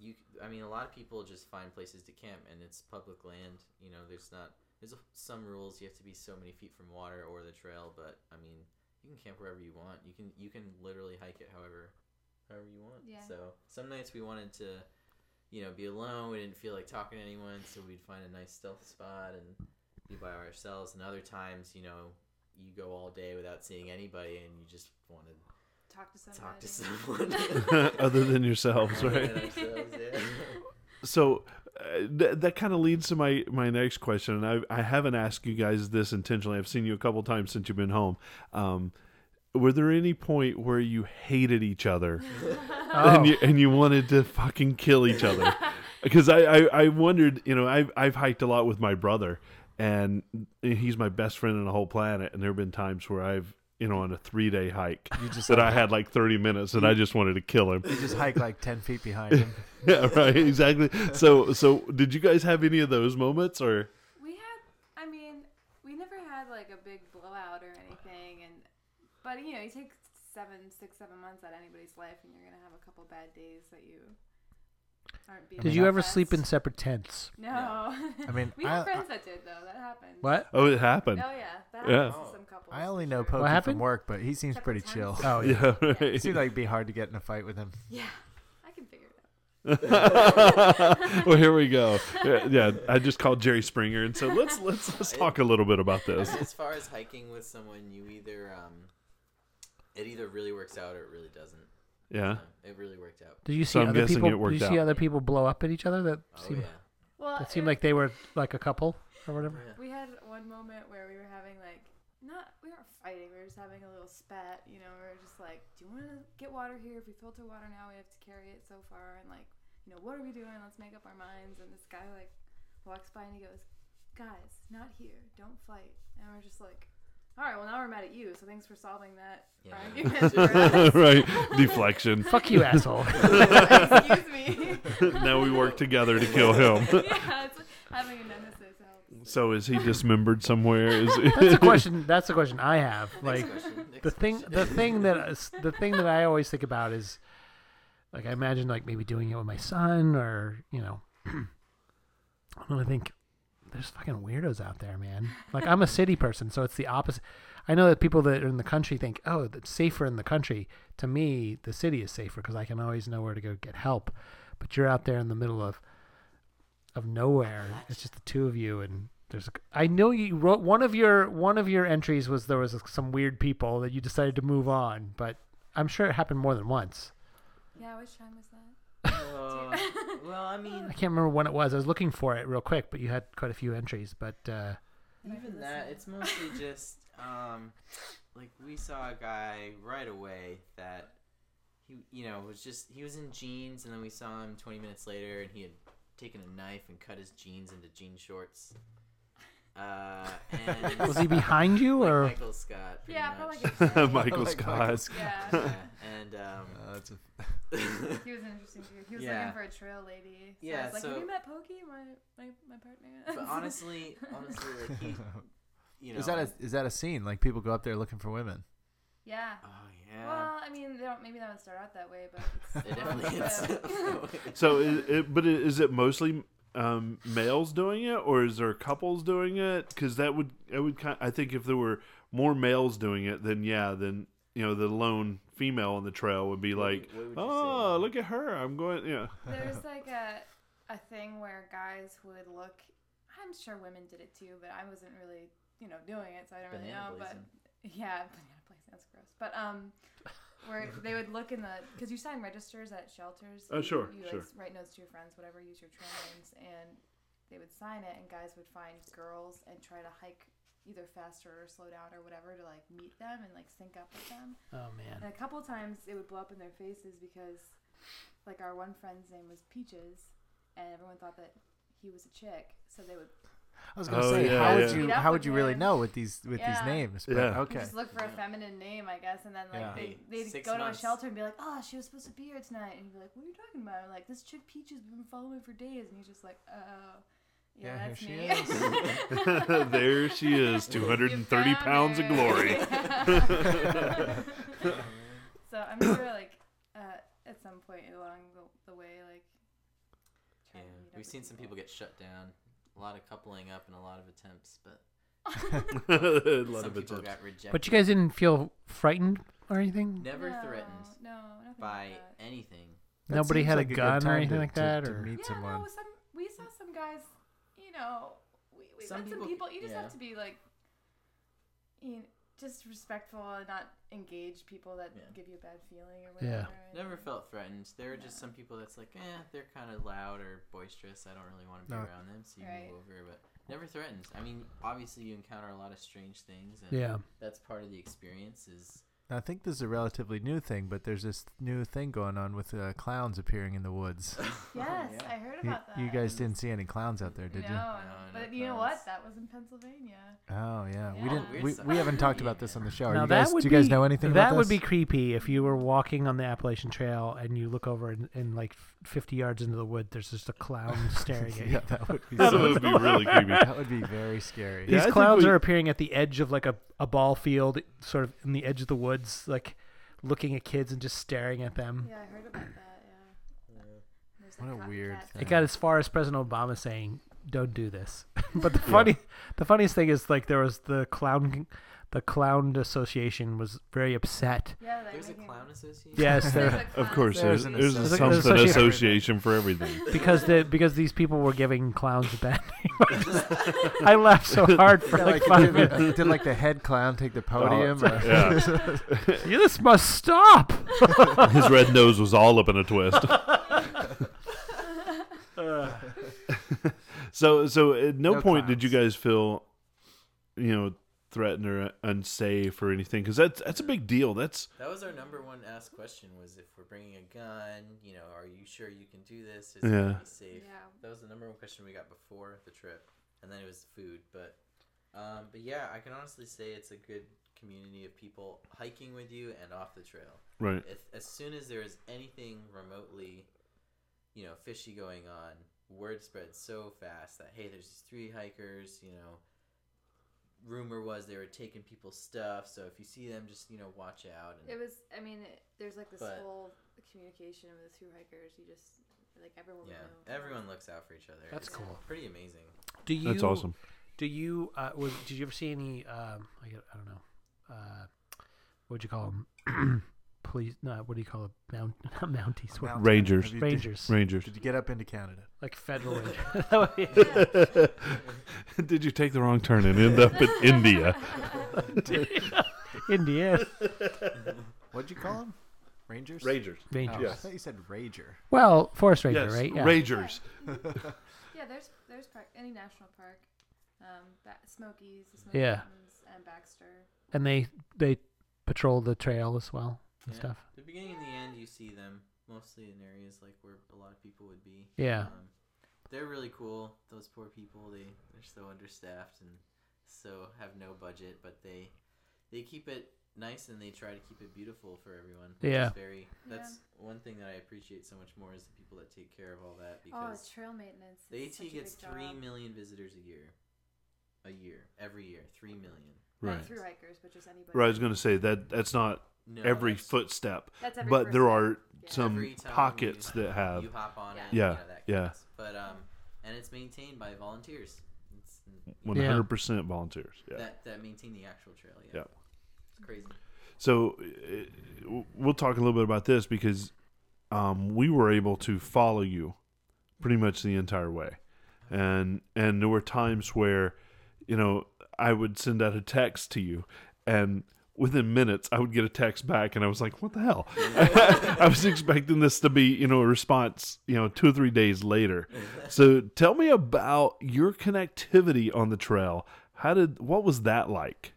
you c- i mean a lot of people just find places to camp and it's public land you know there's not there's a- some rules you have to be so many feet from water or the trail but i mean you can camp wherever you want you can you can literally hike it however however you want
Yeah.
so some nights we wanted to you know be alone we didn't feel like talking to anyone so we'd find a nice stealth spot and be by ourselves and other times you know you go all day without seeing anybody and you just want to
Talk to somebody.
talk to someone
Other than yourselves,
Other
right?
than ourselves, yeah.
So uh, th- that kind of leads to my, my next question, and I I haven't asked you guys this intentionally. I've seen you a couple times since you've been home. Um, were there any point where you hated each other
Oh.
and you and you wanted to fucking kill each other? Because I, I I wondered, you know, I've I've hiked a lot with my brother, and he's my best friend on the whole planet. And there have been times where I've you know on a three day hike
You just
that
like,
I had like thirty minutes, and I just wanted to kill him.
you just hike like ten feet behind him.
yeah, right. Exactly. So, so did you guys have any of those moments, or
We had, I mean, we never had like a big blowout or anything, and but you know, you take seven, six, seven months out of anybody's life, and you're gonna have a couple bad days that you aren't being.
Did you ever
impressed.
sleep in separate tents?
No.
I mean,
we had
I-
friends that did though. That happened.
What?
oh, it happened?
Oh yeah, that
Yeah.
happens to some couples.
I only
for
know
sure.
Pokey from
happened?
work, but he seems pretty
Several
chill.
times.
Oh yeah.
Yeah,
It
right.
seemed like it'd be hard to get in a fight with him.
Yeah, I can figure it out.
well, here we go. Yeah, yeah, I just called Jerry Springer and said, let's let's let's talk a little bit about this.
as far as hiking with someone, you either um, it either really works out or it really doesn't.
Yeah.
Um, it really worked out.
Did you see
So I'm
other
guessing
people?
it worked
did you see
out.
other people blow up at each other? That
Oh
seemed
yeah.
Well,
that seemed
it-
like they were like a couple or whatever.
yeah.
We had one moment where we were having like not we weren't fighting, we were just having a little spat, you know, we were just like, Do you wanna get water here? If we filter water now we have to carry it so far and like, you know, what are we doing? Let's make up our minds and this guy like walks by and he goes, Guys, not here, don't fight and we're just like all right, well now we're mad at you, so thanks for solving that
Yeah.
argument for us.
right. Deflection.
Fuck you, asshole.
Excuse me.
now we work together to kill him.
yeah, it's like having a nemesis helps.
So is he dismembered somewhere? Is
That's a question. That's a question I have. Like
Question, next
the thing,
question.
the thing that is- the thing that I always think about is, like I imagine like maybe doing it with my son or you know, and I think there's fucking weirdos out there, man. Like I'm a city person, so it's the opposite. I know that people that are in the country think, oh, that's safer in the country. To me, the city is safer because I can always know where to go get help. But you're out there in the middle of of nowhere. It's just the two of you, and there's. A, I know you wrote one of your one of your entries was there was some weird people that you decided to move on, but I'm sure it happened more than once.
Yeah, which time was that?
Uh, well, I mean,
I can't remember when it was. I was looking for it real quick, but you had quite a few entries. But uh,
even that, it's mostly just um, like we saw a guy right away that he, you know, was just he was in jeans, and then we saw him 20 minutes later, and he had taken a knife and cut his jeans into jean shorts. Uh, and
was he behind you
like
or?
Michael Scott? pretty
Yeah,
much.
probably like a
Michael
Like
Scott.
Michael
Yeah.
yeah, and um,
Uh, that's a,
He was an interesting dude. He was
Yeah.
looking for a trail lady. So
Yeah,
I was like,
so-
have you met Pokey, my, my, my partner?
but honestly, honestly, like he, you know,
is that a is that a scene? Like people go up there looking for women.
yeah.
oh yeah,
Well, I mean, they don't. Maybe they don't start out that way, but
it definitely
it's,
is.
So, is it, but i- is it mostly um, males doing it, or is there couples doing it? Because that would I would kind I think if there were more males doing it, then yeah, then you know the lone female on the trail would be like,
What would you say?
oh, look at her, I'm going, yeah,
there's like a a thing where guys would look. I'm sure women did it too, but I wasn't really, you know, doing it, so I don't really
Banana
know.
blazing.
But yeah, banana place. That's gross. But um. Where they would look in the because you sign registers at shelters.
Oh, sure,
You like
sure.
s- write notes to your friends, whatever. Use your trail names, and they would sign it, and guys would find girls and try to hike either faster or slow down or whatever to like meet them and like sync up with them.
Oh man.
And a couple times it would blow up in their faces because, like, our one friend's name was Peaches, and everyone thought that he was a chick. So they would
I was gonna
Oh,
say,
yeah,
how
yeah.
would you
Meet up
how
with
would you really
him.
know with these with
Yeah.
these names? But,
Yeah.
Okay.
just look for a
Yeah.
feminine name, I guess, and then like
Yeah.
they,
Hey,
they'd
six
go
months.
to a shelter and be like, "Oh, she was supposed to be here tonight," and you'd be like, "What are you talking about?" I'm like, "This chick Peaches, we've been following for days," and he's just like, "Oh, yeah,
Yeah,
that's
here
me."
she is.
there she is, two hundred
You
and thirty
found
pounds of
her.
glory.
so I'm sure, like, uh, at some point along the, the way, like,
Yeah,
kind of meet up
we've
with
seen some people get shut down. A lot of coupling up and a lot of attempts, but
a lot
some
of
people
attempts.
got rejected.
But you guys didn't feel frightened or anything.
never
No,
threatened
No, nothing
by
like that.
anything.
That
Nobody
seems
had
like
a
good
gun or
time
anything
to-
like
to-
that,
to
or
meet
yeah,
someone.
no, some we saw some guys, you know, we, we
Some
met
people-
some people. You just
yeah.
have to be like, you know, just respectful and not engage people that
Yeah.
give you a bad feeling or
Yeah.
whatever. and-
Never felt threatened. There were just
No.
some people that's like, eh, they're kind of loud or boisterous. I don't really want to be
No.
around them, so you
Right.
move over. But never threatened. I mean, obviously you encounter a lot of strange things, and
yeah,
that's part of the experience. Is
I think this is a relatively new thing, but there's this new thing going on with uh, clowns appearing in the woods.
Yes, I heard
You,
about that.
you guys didn't see any clowns out there, did
no,
you?
No,
but
no
you know what?
clowns.
That was in Pennsylvania.
Oh yeah, we
Yeah.
didn't.
Weird
We,
stuff.
we haven't talked about this on the show. Are
Now
you
that
guys,
would
do you guys
be-
know anything
that
about
would be
this?
creepy if you were walking on the Appalachian Trail and you look over and, and like f- 50 yards into the wood, there's just a clown staring at you.
yeah, that would be.
That
so-
would be really creepy.
that would be very scary.
Yeah, I
These
think
clowns
we-
are appearing at the edge of like a, a ball field, sort of in the edge of the woods, like looking at kids and just staring at them.
Yeah, I heard about that. Yeah. There's,
Hmm. What a
cotton
weird
cats.
thing.
It got as far as President Obama saying, "Don't do this." but the funny, the funniest thing is like there was the clown, the clown association was very upset.
Yeah, like
There's a
making-
clown association.
Yes,
There's
there,
a
Of
clown
course, there's,
There's an
there's,
association.
There's
a,
an
something
association.
association for everything.
because the because these people were giving clowns a bad name. I, just- I laughed so hard for
Yeah,
like
like,
five
did,
minutes.
the- did, like the head clown take the podium? or-
yeah.
You this must stop.
His red nose was all up in a twist. so, so at no,
No
point did
clowns.
you guys feel, you know, threatened or unsafe or anything? Because that's that's a big deal. That's
That was our number one asked question: was if we're bringing a gun, you know, are you sure you can do this? Is it gonna
Yeah.
be safe?
Yeah.
That was the number one question we got before the trip, and then it was food. But, um, but yeah, I can honestly say it's a good community of people hiking with you and off the trail.
right.
If, as soon as there is anything remotely, you know, fishy going on, word spreads so fast that hey, there's these three hikers. You know, rumor was they were taking people's stuff. So if you see them, just you know, watch out. And,
It was. I mean, it, there's like this
But-
whole communication with the two hikers. You just like everyone. would
Yeah,
know.
everyone looks out for each other.
That's
It's
cool.
Pretty amazing.
Do you?
That's awesome.
Do you? Uh, was did you ever see any? Um, I, get- I don't know. Uh, what do you call them? Police? No. What do you call them? Mount, not Mounties. What,
Mountain.
Rangers.
Have you-
Rangers.
Rangers.
Did you get up into Canada?
Like federal rangers.
Did you take the wrong turn and end up in India?
Indiana
What'd you call them? Rangers.
Rangers.
Oh,
rangers.
I
Yes.
thought you said Rager.
Well, forest ranger,
Yes,
right? Yeah.
Rangers.
Yeah, there's there's park any national park, um, ba- Smokies, the Smoky
Yeah.
Mountains, and Baxter.
and they they patrol the trail as well and
Yeah.
stuff.
The beginning and the end, you see them mostly in areas like where a lot of people would be.
Yeah.
Um, they're really cool. Those poor people. They they're so understaffed and so have no budget, but they they keep it nice and they try to keep it beautiful for everyone. which is
Yeah.
Very. That's one thing that I appreciate so much more is the people that take care of all that
Oh,
because
trail maintenance.
the
is such
AT
a big
gets three
job.
million visitors a year. A year, every year, three million.
Right.
Not through hikers, but just anybody.
Right. I was going to say that that's not
No,
every
that's-
footstep,
That's every
but there
person.
are
Yeah.
some
Every time
pockets
you-
that have.
you hop on
Yeah.
it. you
Yeah,
know, that
yeah.
counts. But um, and it's maintained by volunteers. It's
One hundred percent volunteers. Yeah.
that that maintain the actual trail. Yeah,
Yeah.
it's crazy.
So uh, we'll talk a little bit about this because um, we were able to follow you pretty much the entire way, and and there were times where, you know, I would send out a text to you, and within minutes I would get a text back, and I was like, what the hell? I was expecting this to be you know a response you know two or three days later. So tell me about your connectivity on the trail. How did what was that like?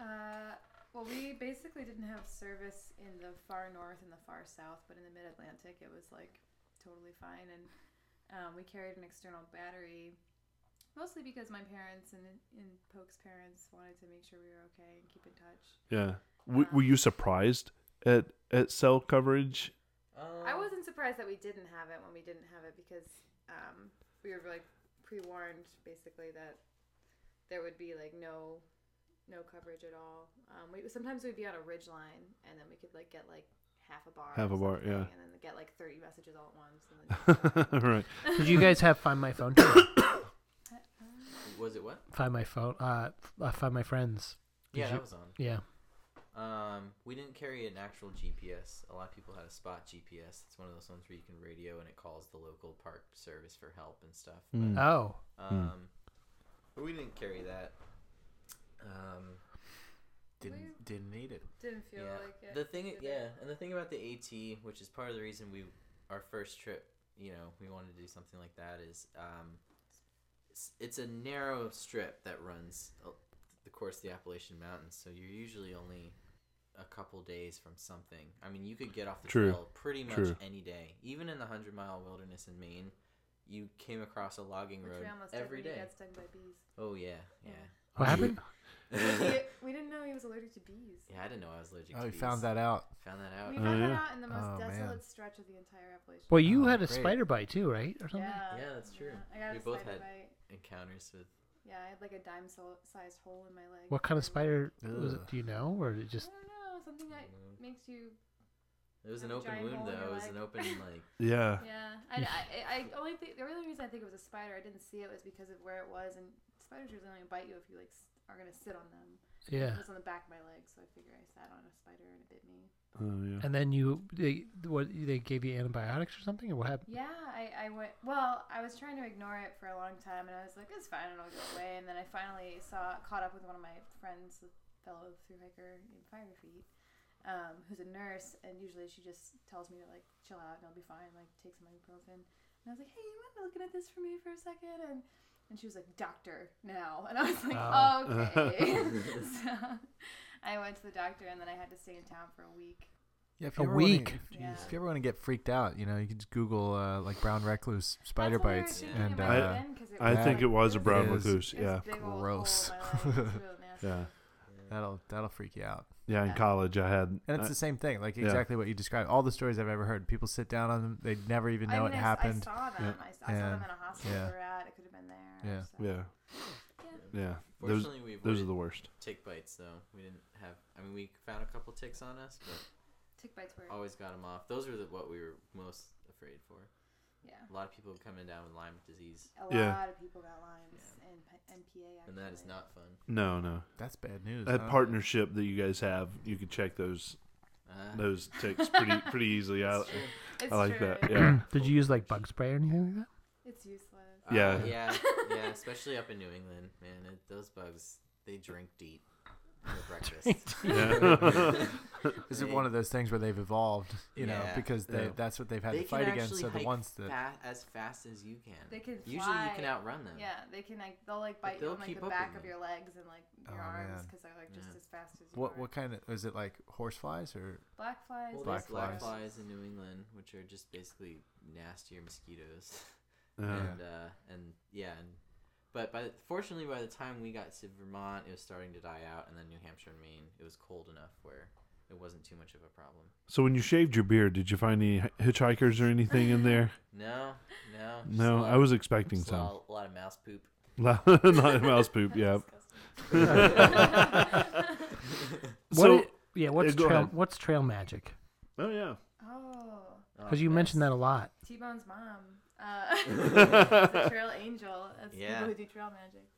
Uh, well, we basically didn't have service in the far north and the far south, but in the mid Atlantic, it was like totally fine. And um, we carried an external battery, mostly because my parents and, and Poke's parents wanted to make sure we were okay and keep in touch.
Yeah. W- were you surprised at at cell coverage?
Um,
I wasn't surprised that we didn't have it when we didn't have it because um, we were like pre warned basically that there would be like no no coverage at all. Um, we sometimes we'd be on a ridge line and then we could like get like half a bar.
Half
or
a bar,
something,
yeah.
And then get like 30 messages all at once. And then
right.
Did you guys have Find My Phone? today?
Was it what?
find My Phone. Uh, f- uh, Find My Friends. Did
Yeah,
you-
that was on.
Yeah.
Um, we didn't carry an actual GPS. A lot of people had a spot GPS. It's one of those ones where you can radio and it calls the local park service for help and stuff. But
Mm.
Oh,
Um, but we didn't carry that. Um,
Didn't didn't need it.
didn't feel
yeah.
like it.
the thing,
today.
yeah, and the thing about the AT, which is part of the reason we, our first trip, you know, we wanted to do something like that is, um, it's, it's a narrow strip that runs uh, the course of the Appalachian Mountains, so you're usually only a couple days from something. I mean, you could get off the
True.
trail pretty much
True.
any day, even in the hundred mile wilderness in Maine. You came across a logging
Which
road
we almost did
every
when he
day.
got stung by bees.
Oh yeah, yeah.
what happened?
we, we didn't know he was allergic to bees.
Yeah, I didn't know I was allergic
Oh,
to
we
bees.
found that out.
Found that out.
Oh,
We found that
yeah.
out in the most
Oh,
desolate
man.
stretch of the entire Appalachian.
Well, you
Oh,
had a
great.
spider bite too, right, or something?
yeah.
Yeah, that's true.
Yeah, I got
We
a
both
spider
had-
bite.
Encounters with
Yeah, I had like a dime so- sized hole in my leg.
What kind of spider was it?
Ugh.
Do you know, or it
I
just?
don't know. Something that
Mm.
makes you.
it was an
A
open
giant
wound
hole in
though.
your
It was
leg.
an open like
Yeah.
Yeah, I, I, I only think the only reason I think it was a spider I didn't see it was because of where it was, and spiders usually only bite you if you like s- are gonna sit on them.
Yeah.
It was on the back of my leg, so I figure I sat on a spider and it bit me.
Oh yeah.
And then you they what they gave you antibiotics or something, or what happened?
Yeah, I, I went. Well, I was trying to ignore it for a long time, and I was like, "It's fine, it'll go away." And then I finally saw caught up with one of my friends, a fellow through hiker named Firefeet, um, who's a nurse, and usually she just tells me to like chill out and I'll be fine, like take some ibuprofen. And I was like, "Hey, you mind looking at this for me for a second? And and she was like, "Doctor, now." And I was like,
Oh.
"Okay." so I went to the doctor, and then I had to stay in town for a week.
Yeah, if
A
you ever wanna-
week.
if, you-
Yeah.
if you ever want to get freaked out, you know, you can just Google uh, like brown recluse spider
That's what I
bites,
was thinking
and
it might
I-
have
uh,
been, 'cause
I
was,
think
like,
it was a
really
brown
is-
recluse.
It was
Yeah.
a big old
Gross.
hole in my leg. It was real nasty.
Yeah.
that'll that'll freak you out.
Yeah. In
Yeah.
college, I had.
And it's
I-
the same thing, like
Yeah.
exactly what you described. All the stories I've ever heard, people sit down on them, they never even know
I
it
mean, I s-
happened.
I saw them. I, s- I saw
Yeah.
them in a hospital
Yeah.
we were at. It could have been there.
Yeah.
So.
yeah. Yeah. Those
Fortunately, we
those
avoided
are the worst.
tick bites though. We didn't have. I mean, we found a couple ticks on us, but
Tick bites were.
always got them off. Those were the, what we were most afraid for.
Yeah.
A lot of people coming down with Lyme disease,
A lot
Yeah.
of people got Lyme's and P- MPA. Actually.
and that is not fun.
No, no.
That's bad news.
That
huh?
partnership that you guys have, you could check those
Uh,
those ticks pretty pretty easily out.
It's
I like
true.
that. Yeah.
Did you use like bug spray or anything like that?
It's useless.
uh,
Yeah.
yeah, yeah. Especially up in New England, man. It, those bugs, they drink deep for breakfast.
Yeah.
Is it one of those things where they've evolved, you know,
Yeah.
because they,
Yeah.
that's what they've had
They
to fight
can
against.
actually
So the
hike
ones that
fa- as fast as you can.
They can
Usually you can
fly.
outrun them.
Yeah, they can like they'll like bite you
they'll
on like
keep
the
up
back
with
of
me.
your legs and like your
Oh,
arms
man.
because they're like just
Yeah.
as fast as you
what
are.
what kind of is it like horse flies or
Black flies.
Well,
Black
there's black
flies.
flies in New England, which are just basically nastier mosquitoes,
Yeah.
and uh, and yeah, and but by the, fortunately, by the time we got to Vermont, it was starting to die out, and then New Hampshire and Maine, it was cold enough where it wasn't too much of a problem.
So when you shaved your beard, did you find any hitchhikers or anything in there?
No, no, just a
No,
lot-
I was expecting
just a
some.
lot, a lot of mouse poop.
Not a mouse poop. Yeah.
What
So-
i- yeah, what's
Yeah, go
trail
ahead.
what's trail magic?
Oh yeah.
Oh,
Oh,
Because you mentioned that a lot.
T Bone's mom. Uh, is a trail angel. That's
Yeah.
people who do trail magic.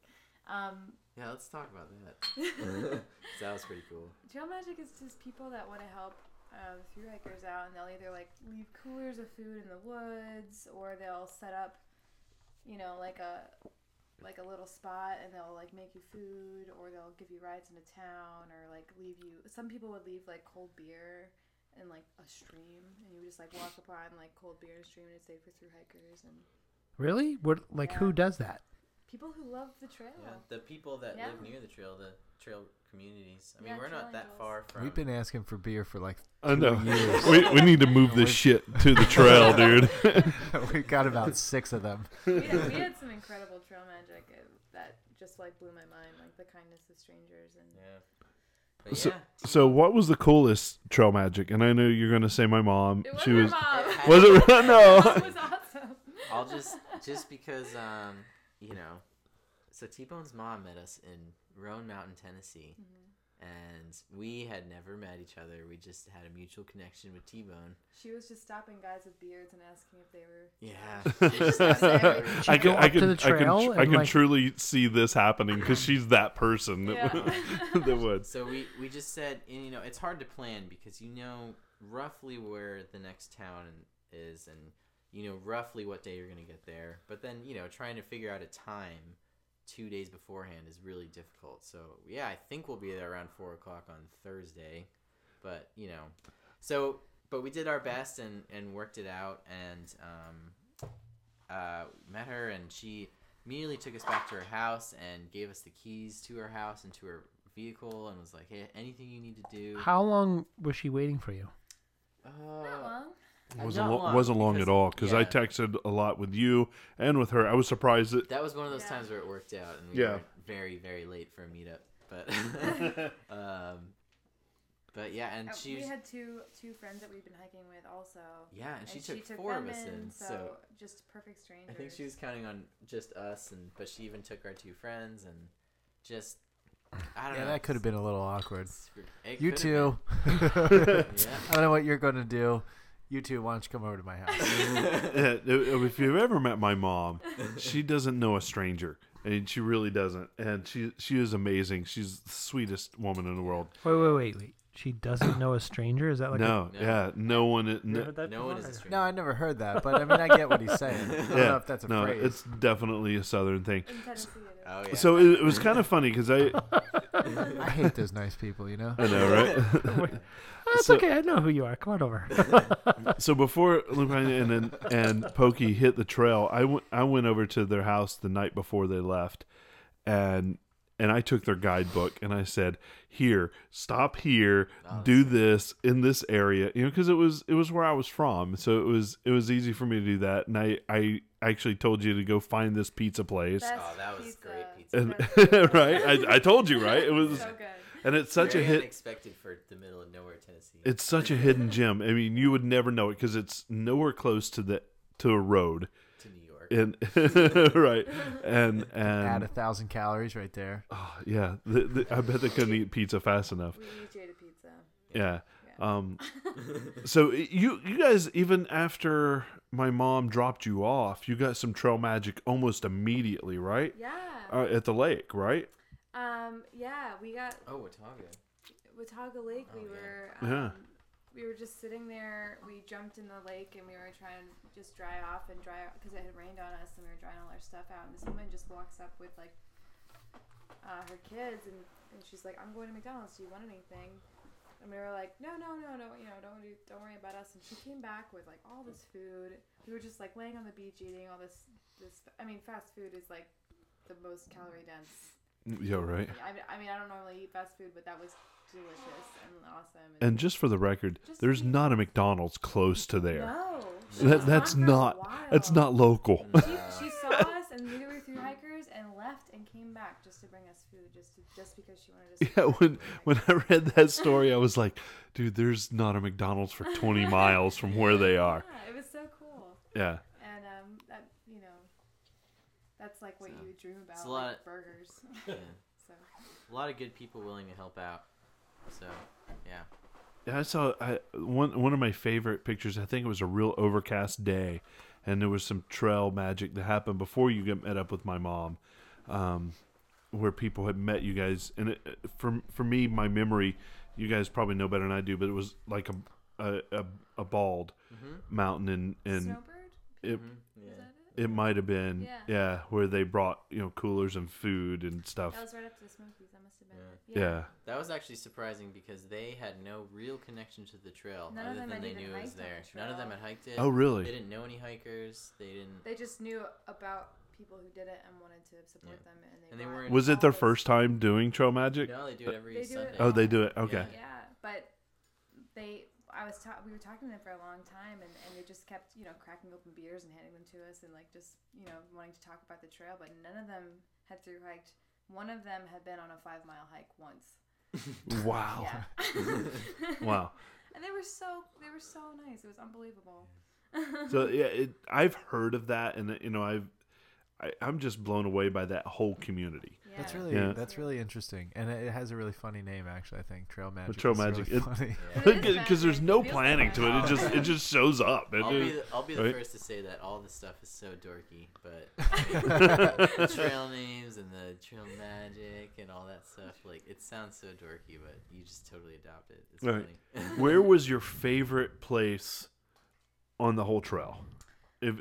Um,
Yeah, let's talk about that. 'Cause that was pretty cool.
Trail magic is just people that want to help um, through hikers out, and they'll either like leave coolers of food in the woods, or they'll set up, you know, like a like a little spot, and they'll like make you food, or they'll give you rides into town, or like leave you. Some people would leave like cold beer in like a stream, and you would just like walk upon like cold beer in a stream, and it's safe for through hikers and
Really? What like who
Yeah.
does that?
people who love the trail.
Yeah, the people that live
Yeah.
near the trail, the trail communities. I mean,
Yeah,
we're
trail
not that
angels.
far from.
we've been asking for beer for like
I know. we we need to move this shit to the trail, dude.
we've got about six of them.
we, had, we had some incredible trail magic uh, that just like blew my mind, like the kindness of strangers and
Yeah. But
So-
yeah.
So what was the coolest trail magic? And I know you're gonna say my mom.
it was
she
her
was.
mom.
It had-
Was it?
Mom
No.
was awesome.
I'll just just because um you know, so T Bone's mom met us in Roan Mountain, Tennessee, and we had never met each other. We just had a mutual connection with T Bone.
She was just stopping guys with beards and asking if they were.
Yeah,
I
go
can,
up
I
to
can,
the
I
trail
can, tr- I
and,
can
like-
truly see this happening because she's that person that,
Yeah.
would, that would.
So we we just said, and you know, it's hard to plan because you know roughly where the next town is, and you know roughly what day you're gonna get there. But then you know, trying to figure out a time two days beforehand is really difficult. So yeah, I think we'll be there around four o'clock on Thursday, but you know, so but we did our best and and worked it out and um, uh, met her and she immediately took us back to her house and gave us the keys to her house and to her vehicle and was like, "Hey, anything you need to do."
How long was she waiting for you?
Uh,
Not long.
wasn't
not
lo- wasn't long
because-
at all because I
yeah.
texted a lot with you and with her. I was surprised that
That was one of those
Yeah.
times where it worked out, and we
Yeah.
were very, very late for a meetup. But, um, but yeah, and
Uh,
she,
we
was-
had two two friends that we've been hiking with also.
yeah, and she took, four of us in. So,
just perfect strangers.
I think she was counting on just us, and but she even took our two friends and just, I don't
Yeah,
know.
that could have been a little awkward.
screw- it
You
could have
two.
been,
I
Yeah.
don't know what you're going to do. You two, why don't you come over to my house?
Yeah, if you've ever met my mom, she doesn't know a stranger, and she really doesn't. And she she is amazing. She's the sweetest woman in the world.
Wait, wait, wait, wait. She doesn't know a stranger. Is that like
no,
no.
yeah, no one.
A, You
no-
heard that
No one is
before?
a stranger.
No, I never heard that, but I mean, I get what he's saying. I don't know
yeah,
if that's a
no,
phrase.
it's definitely a southern thing.
in Tennessee. It is.
Oh yeah.
So it, it was kind of funny because I
I hate those nice people, you know?
I know right.
Oh, it's
So-
okay. I know who you are. Come on over.
so before Lupina and and, and Pokey hit the trail, I went I went over to their house the night before they left, and and I took their guidebook and I said, "Here, stop here, do this in this area," you know, because it was it was where I was from, so it was it was easy for me to do that. And I I actually told you to go find this pizza place,
Best
Oh, that was great pizza.
and
Best
right, I, I told you right, it was,
so good.
and it's such
Very
a hit.
unexpected for the middle of nowhere, Tennessee.
It's such a hidden gem. I mean, you would never know it because it's nowhere close to the to a road.
to New York.
and right and
Add
and
a thousand calories right there.
oh, yeah the, the, i bet they couldn't eat pizza fast enough
We eat Jada pizza.
Uh,
yeah um so you you guys even after my mom dropped you off you got some trail magic almost immediately right
Yeah.
uh, at the lake right
Um. Yeah. We got
oh, Watauga.
Watauga Lake.
Oh,
we
yeah.
were. Um,
Yeah.
We were just sitting there. We jumped in the lake and we were trying to just dry off and dry out because it had rained on us and we were drying all our stuff out. And this woman just walks up with like uh, her kids and, and she's like, "I'm going to McDonald's. Do you want anything?" And we were like, "No, no, no, no. You know, don't do, don't worry about us." And she came back with like all this food. We were just like laying on the beach eating all this. This I mean, fast food is like the most calorie dense
Mm, yeah right
I mean, I mean, I don't normally eat fast food, but that was delicious and awesome.
and just for the record there's not a mcdonald's close to there
no, she was
that, that's
gone for a
not
while.
that's not local
She, she saw us, and we were through hikers, and left and came back just to bring us food, just to, just because she wanted us.
Yeah, when when I read that story, I was like, "Dude, there's not a McDonald's for 20 miles from where they are."
Yeah, it was so cool,
Yeah,
and um, that you know, that's like what
So,
you dream about,
it's a
like
lot-
burgers.
Yeah.
so
A lot of good people willing to help out. So, yeah.
Yeah, I saw I, one one of my favorite pictures. I think it was a real overcast day, and there was some trail magic that happened before you get met up with my mom, um, where people had met you guys. And it, for for me, my memory, you guys probably know better than I do, but it was like a a, a, a bald mountain, and and
snowbird,
it,
is
Mm-hmm, Yeah.
that it?
it might have been
Yeah.
where they brought you know coolers and food and stuff.
That was right up to the Smokies. That must have been. it.
yeah.
That was actually surprising because they had no real connection to the trail
None of
other
them
than
had
they
even
knew it was
hiked on
there.
the
None of
trail.
them had hiked it.
Oh, really?
They didn't know any hikers. They didn't.
They just knew about people who did it and wanted to support them, and they,
And they
brought
weren't-
Was it their
all this-
first time doing trail magic?
No, they do it every
They do it
Sunday.
all.
Oh, they do it. Okay.
Yeah, but they, I was, ta- we were talking to them for a long time, and, and they just kept, you know, cracking open beers and handing them to us, and like just, you know, wanting to talk about the trail, but none of them had through hiked. One of them had been on a five mile hike once.
Wow.
Yeah,
Wow.
and they were so, they were so nice. It was unbelievable.
So yeah, it, I've heard of that, and you know, I've I, I'm just blown away by that whole community.
Yeah.
That's really
Yeah.
that's really interesting, and it it has a really funny name actually. I think Trail Magic.
Trail
is really
Magic, it-
funny.
It is
Because there's
fascinating.
no
It feels
planning
like
to it. It just it just shows up. It-
I'll be the, I'll be the
right?
first to say that all this stuff is so dorky, but trail names and the trail magic and all that stuff, like it sounds so dorky, but you just totally adopt it. It's
Right.
funny.
Where was your favorite place on the whole trail? If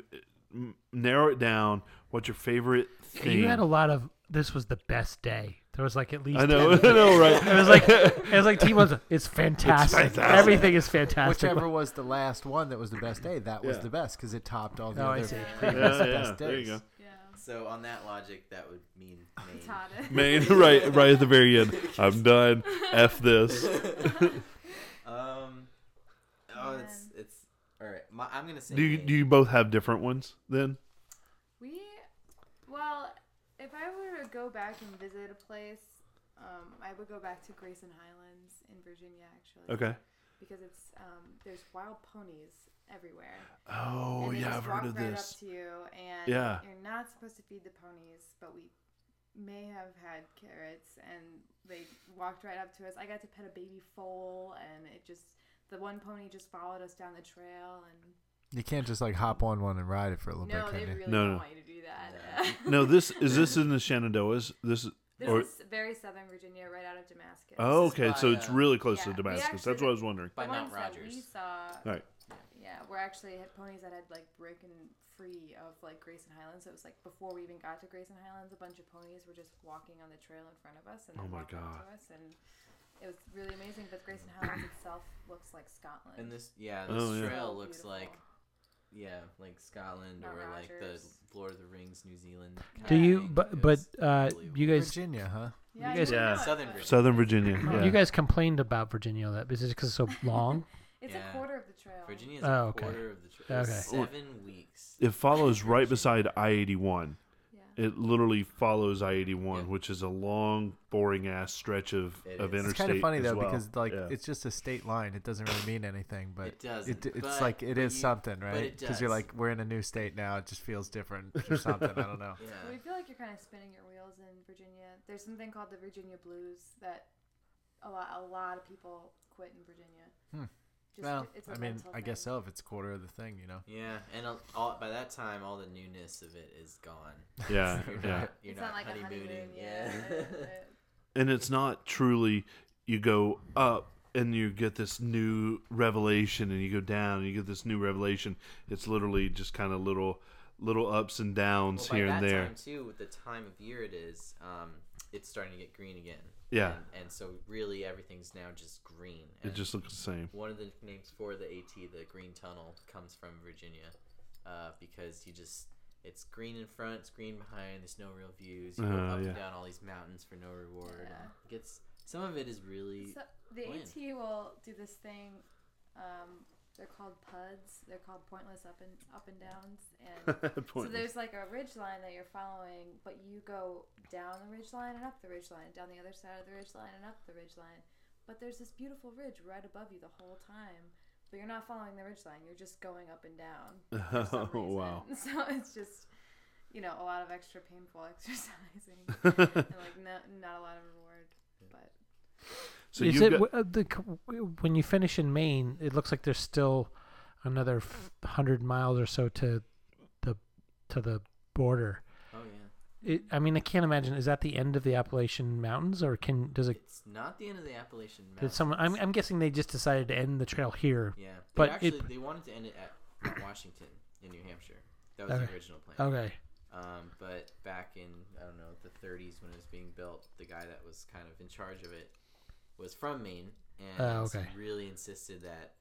m- narrow it down, what's your favorite thing?
You had a lot of. This was the best day. There was like at least.
I know,
10
I know,
It
right?
was like it was like T one's. It's fantastic.
fantastic.
Everything is fantastic.
Whichever was the last one that was the best day, that was
Yeah.
the best because it topped all the
Oh, I
other
see.
previous
Yeah, yeah,
best
there you
days.
go.
Yeah.
so on that logic, that would mean Maine.
It's hot.
Maine, right, right at the very end. I'm done. F this.
Um, oh, it's it's all right. My, I'm gonna say.
Do you,
Maine.
do you both have different ones then?
We, well, if I were to go back and visit a place, um, I would go back to Grayson Highlands in Virginia, actually.
Okay.
Because it's um, there's wild ponies everywhere.
Oh
and they
yeah,
just
I've
walk
heard of
right
this.
Up to you, and
Yeah.
you're not supposed to feed the ponies, but we may have had carrots, and they walked right up to us. I got to pet a baby foal, and it just the one pony just followed us down the trail, and
You can't just like hop on one and ride it for a little
no,
bit,
they
can you?
really
No,
don't
no.
want you to do
No.
that.
No, this is this in the Shenandoahs. This is
This
Or-
is very southern Virginia, right out of Damascus.
oh,
This is
okay, so
by,
it's
uh,
really close
yeah,
to
we
Damascus.
actually-
That's what I was wondering.
by
the
Mount
ones that we
Rogers?
saw,
All right.
yeah, were actually had ponies that had like broken free of like Grayson Highlands. So it was like before we even got to Grayson Highlands, a bunch of ponies were just walking on the trail in front of us and
Oh
then
my
walking up to us, and it was really amazing. But Grayson Highlands itself looks like Scotland.
And this, yeah, this
Oh, yeah.
trail
So
looks
beautiful.
like, yeah, like Scotland
Mount
or like the
Rogers.
Lord of the Rings, New Zealand. kind
Do
of
you?
thing.
But
It
but
was
uh,
unbelievable.
you guys
Virginia, huh?
yeah,
you guys-
don't
Yeah.
know it.
Southern Virginia.
Southern Virginia. Yeah.
you guys complained about Virginia that is it because it's so long?
It's
Yeah.
a quarter of the trail.
Virginia is
Oh,
a
okay.
quarter of the trail.
Okay.
Seven weeks.
It follows right beside I eighty one.
Yeah.
It literally follows I eighty
Yeah.
one, which is a long, boring ass stretch of,
It
of
is.
interstate.
It's
It's kind of funny
as
though
well.
because like
Yeah.
it's just a state line. It doesn't really mean anything, but
It doesn't,
it's
but-
like it
but
is
you-
something,
but
right?
it
Because you're
does.
like we're in a new state now. It just feels different or something. I don't know.
Yeah.
We feel like you're kind of spinning your wheels in Virginia. There's something called the Virginia blues that a lot a lot of people quit in Virginia.
Hmm.
Just,
Well,
it's a
I mean,
mental
I guess
thing.
so. If it's a quarter of the thing, you know.
Yeah, and a- all, by that time, all the newness of it is gone.
yeah,
You're
Uh, yeah.
not, you're
it's
not,
not, like
honeymooning.
a honeymoon.
yeah.
yeah.
and it's not truly you go up and you get this new revelation and you go down and you get this new revelation it's literally just kind of little little ups and downs
Well, by
here
that
and there
time too, with the time of year it is, um, it's starting to get green again.
Yeah.
and, and so really everything's now just green.
it
And
just looks the same
one of the names for the AT, the Green Tunnel, comes from Virginia, uh, because you just it's green in front, it's green behind. There's no real views. You go
Uh,
up
yeah.
and down all these mountains for no reward. and
Yeah.
it gets some of it is really
So the
When?
AT will do this thing. Um, they're called PUDs. They're called pointless up and up and downs. And so
Pointless.
there's like a ridge line that you're following, but you go down the ridge line and up the ridge line, down the other side of the ridge line and up the ridge line. But there's this beautiful ridge right above you the whole time. But you're not following the ridge line. You're just going up and down. for some
oh wow
reason. So it's just, you know, a lot of extra painful exercising and like no, not a lot of reward. But
so
is
you
it
got,
w- uh, the, c- when you finish in Maine? It looks like there's still another f- hundred miles or so to the to the border.
oh yeah.
It, I mean, I can't imagine. Is that the end of the Appalachian Mountains, or can does it?
It's not the end of the Appalachian Mountains.
Did someone? I'm, I'm guessing they just decided to end the trail here.
Yeah, they
But
actually
it-
they wanted to end it at Mount Washington in New Hampshire. That was
Okay.
the original plan.
Okay.
Um, but back in I don't know the 30s when it was being built, the guy that was kind of in charge of it was from Maine and
Oh, okay.
really insisted that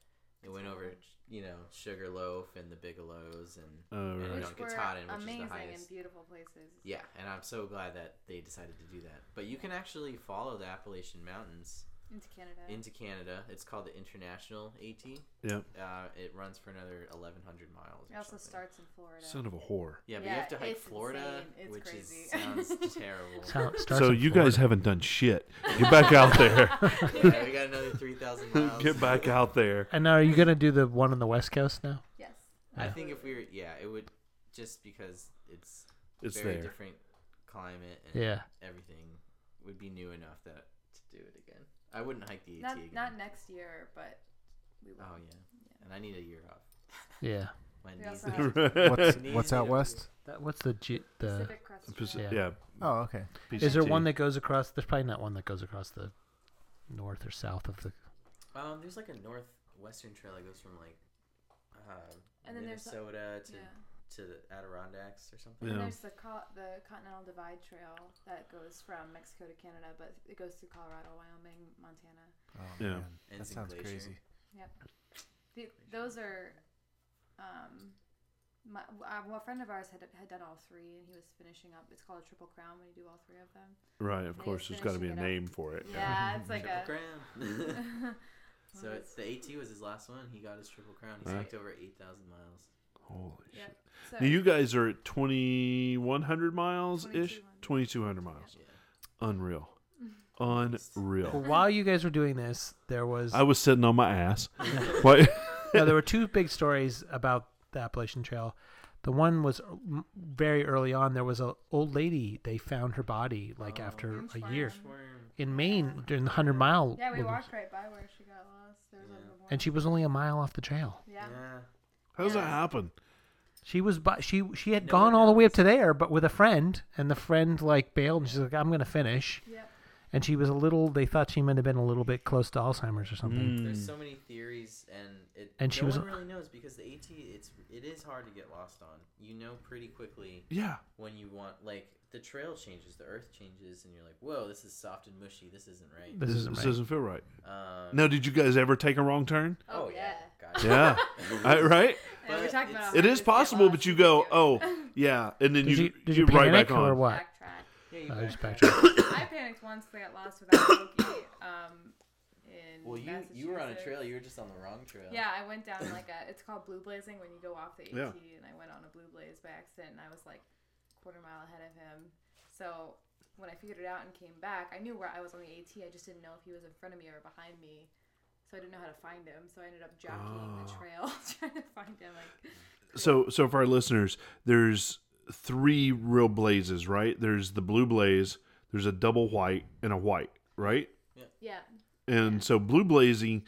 it went over, you know, Sugarloaf and the Bigelows and
Oh,
and
right.
which
Dunkin'
were
Totten, which is
amazing
the highest.
and beautiful places.
Yeah, and I'm so glad that they decided to do that. But you can actually follow the Appalachian Mountains
Into Canada.
into Canada. It's called the International AT.
yeah
Uh, it runs for another 1,100 miles.
it
Or
also
something.
starts in Florida.
son of a whore
Yeah, but
Yeah,
you have to hike
it's
Florida,
insane. It's
which
crazy.
is sounds terrible.
So,
so you guys haven't done shit get back out there
yeah, we got another 3,000 miles.
get back out there
And now, are you gonna do the one on the West Coast now?
yes.
I
Yeah.
think if we were, yeah, it would just because it's
It's
very
there.
different climate and
Yeah.
everything would be new enough that to do it again. I wouldn't hike the AT
Not
E again.
not next year, but we will.
oh yeah. and I need a year off.
Yeah.
My
We
knees.
also
are-
have
What's
Knees
what's out
need a-
west?
That, what's the G, the?
Pacific Crest
Pis-
Trail.
Yeah.
yeah.
Oh, okay.
Is there
PCT.
one that goes across? There's probably not one that goes across the north or south of the.
Um, there's like a northwestern trail that goes from like um,
And then there's a-
Minnesota to
Yeah.
to the Adirondacks or something.
And
Yeah.
there's the co- the Continental Divide Trail that goes from Mexico to Canada, but it goes through Colorado, Wyoming, Montana.
Oh,
Yeah.
man.
Ensign
That sounds
Glacier.
crazy.
The, those are, um, my uh, well, a friend of ours had had done all three, and he was finishing up. It's called a triple crown when you do all three of them.
Right, of
They
course. There's got to be a
finishing it up.
name for it.
Yeah, it's like a.
Triple crown. so
Well,
it's, the AT was his last one. He got his triple crown. He's
Right.
hiked over eight thousand miles.
Holy
yeah.
shit.
So
Now you guys are at 2,100 miles ish?
2200.
2,200 miles.
Yeah.
Unreal.
Well,
Unreal.
while you guys were doing this, there was
Oh. I was sitting on my ass. Why-
no, there were two big stories about the Appalachian Trail. The one was mm, very early on. There was an old lady. They found her body like
Oh.
after
Lynch
a year
farm.
Worm.
in Maine during the hundred mile.
yeah, we
movement.
walked right by where she got lost. There was
Yeah.
like a
and she was only a mile off the trail.
Yeah.
How does that
Yeah.
happen?
She was by, she she had
No one
gone all the way
knows.
up to there, but with a friend, and the friend like bailed, and she's like, "I'm gonna finish."
Yep.
And she was a little. They thought she might have been a little bit close to Alzheimer's or something.
Hmm.
There's so many theories, and it
And
no
she was-
one really knows because the AT it's it is hard to get lost on. You know pretty quickly
Yeah.
when you want like the trail changes, the earth changes, and you're like, whoa, this is soft and mushy. This isn't right.
This isn't
This
right.
doesn't feel right.
Um,
Now, did you guys ever take a wrong turn?
Oh, yeah.
Gotcha.
Yeah. I, right?
Yeah, we
But
talked about
it's-
all
It
that.
is
We got
possible,
lost.
but you go,
We did.
oh, yeah. And then
Did
you,
you, did you,
right back
panic or
on.
what?
Backtrack.
Yeah, you
I just
backtrack.
backtracked.
I panicked once because I got lost without Loki. Um, in
Well, you you were on a
Massachusetts.
trail. You were just on the wrong trail.
Yeah, I went down like a. It's called blue blazing when you go off the AT,
Yeah.
and I went on a blue blaze by accident, and I was like quarter mile ahead of him. So when I figured it out and came back, I knew where I was on the AT. I just didn't know if he was in front of me or behind me. So I didn't know how to find him. So I ended up jockeying
Ah.
the trail trying to find him. Like
So, so for our listeners, there's three real blazes, right? There's the blue blaze, there's a double white, and a white, right?
yeah,
And so blue blazing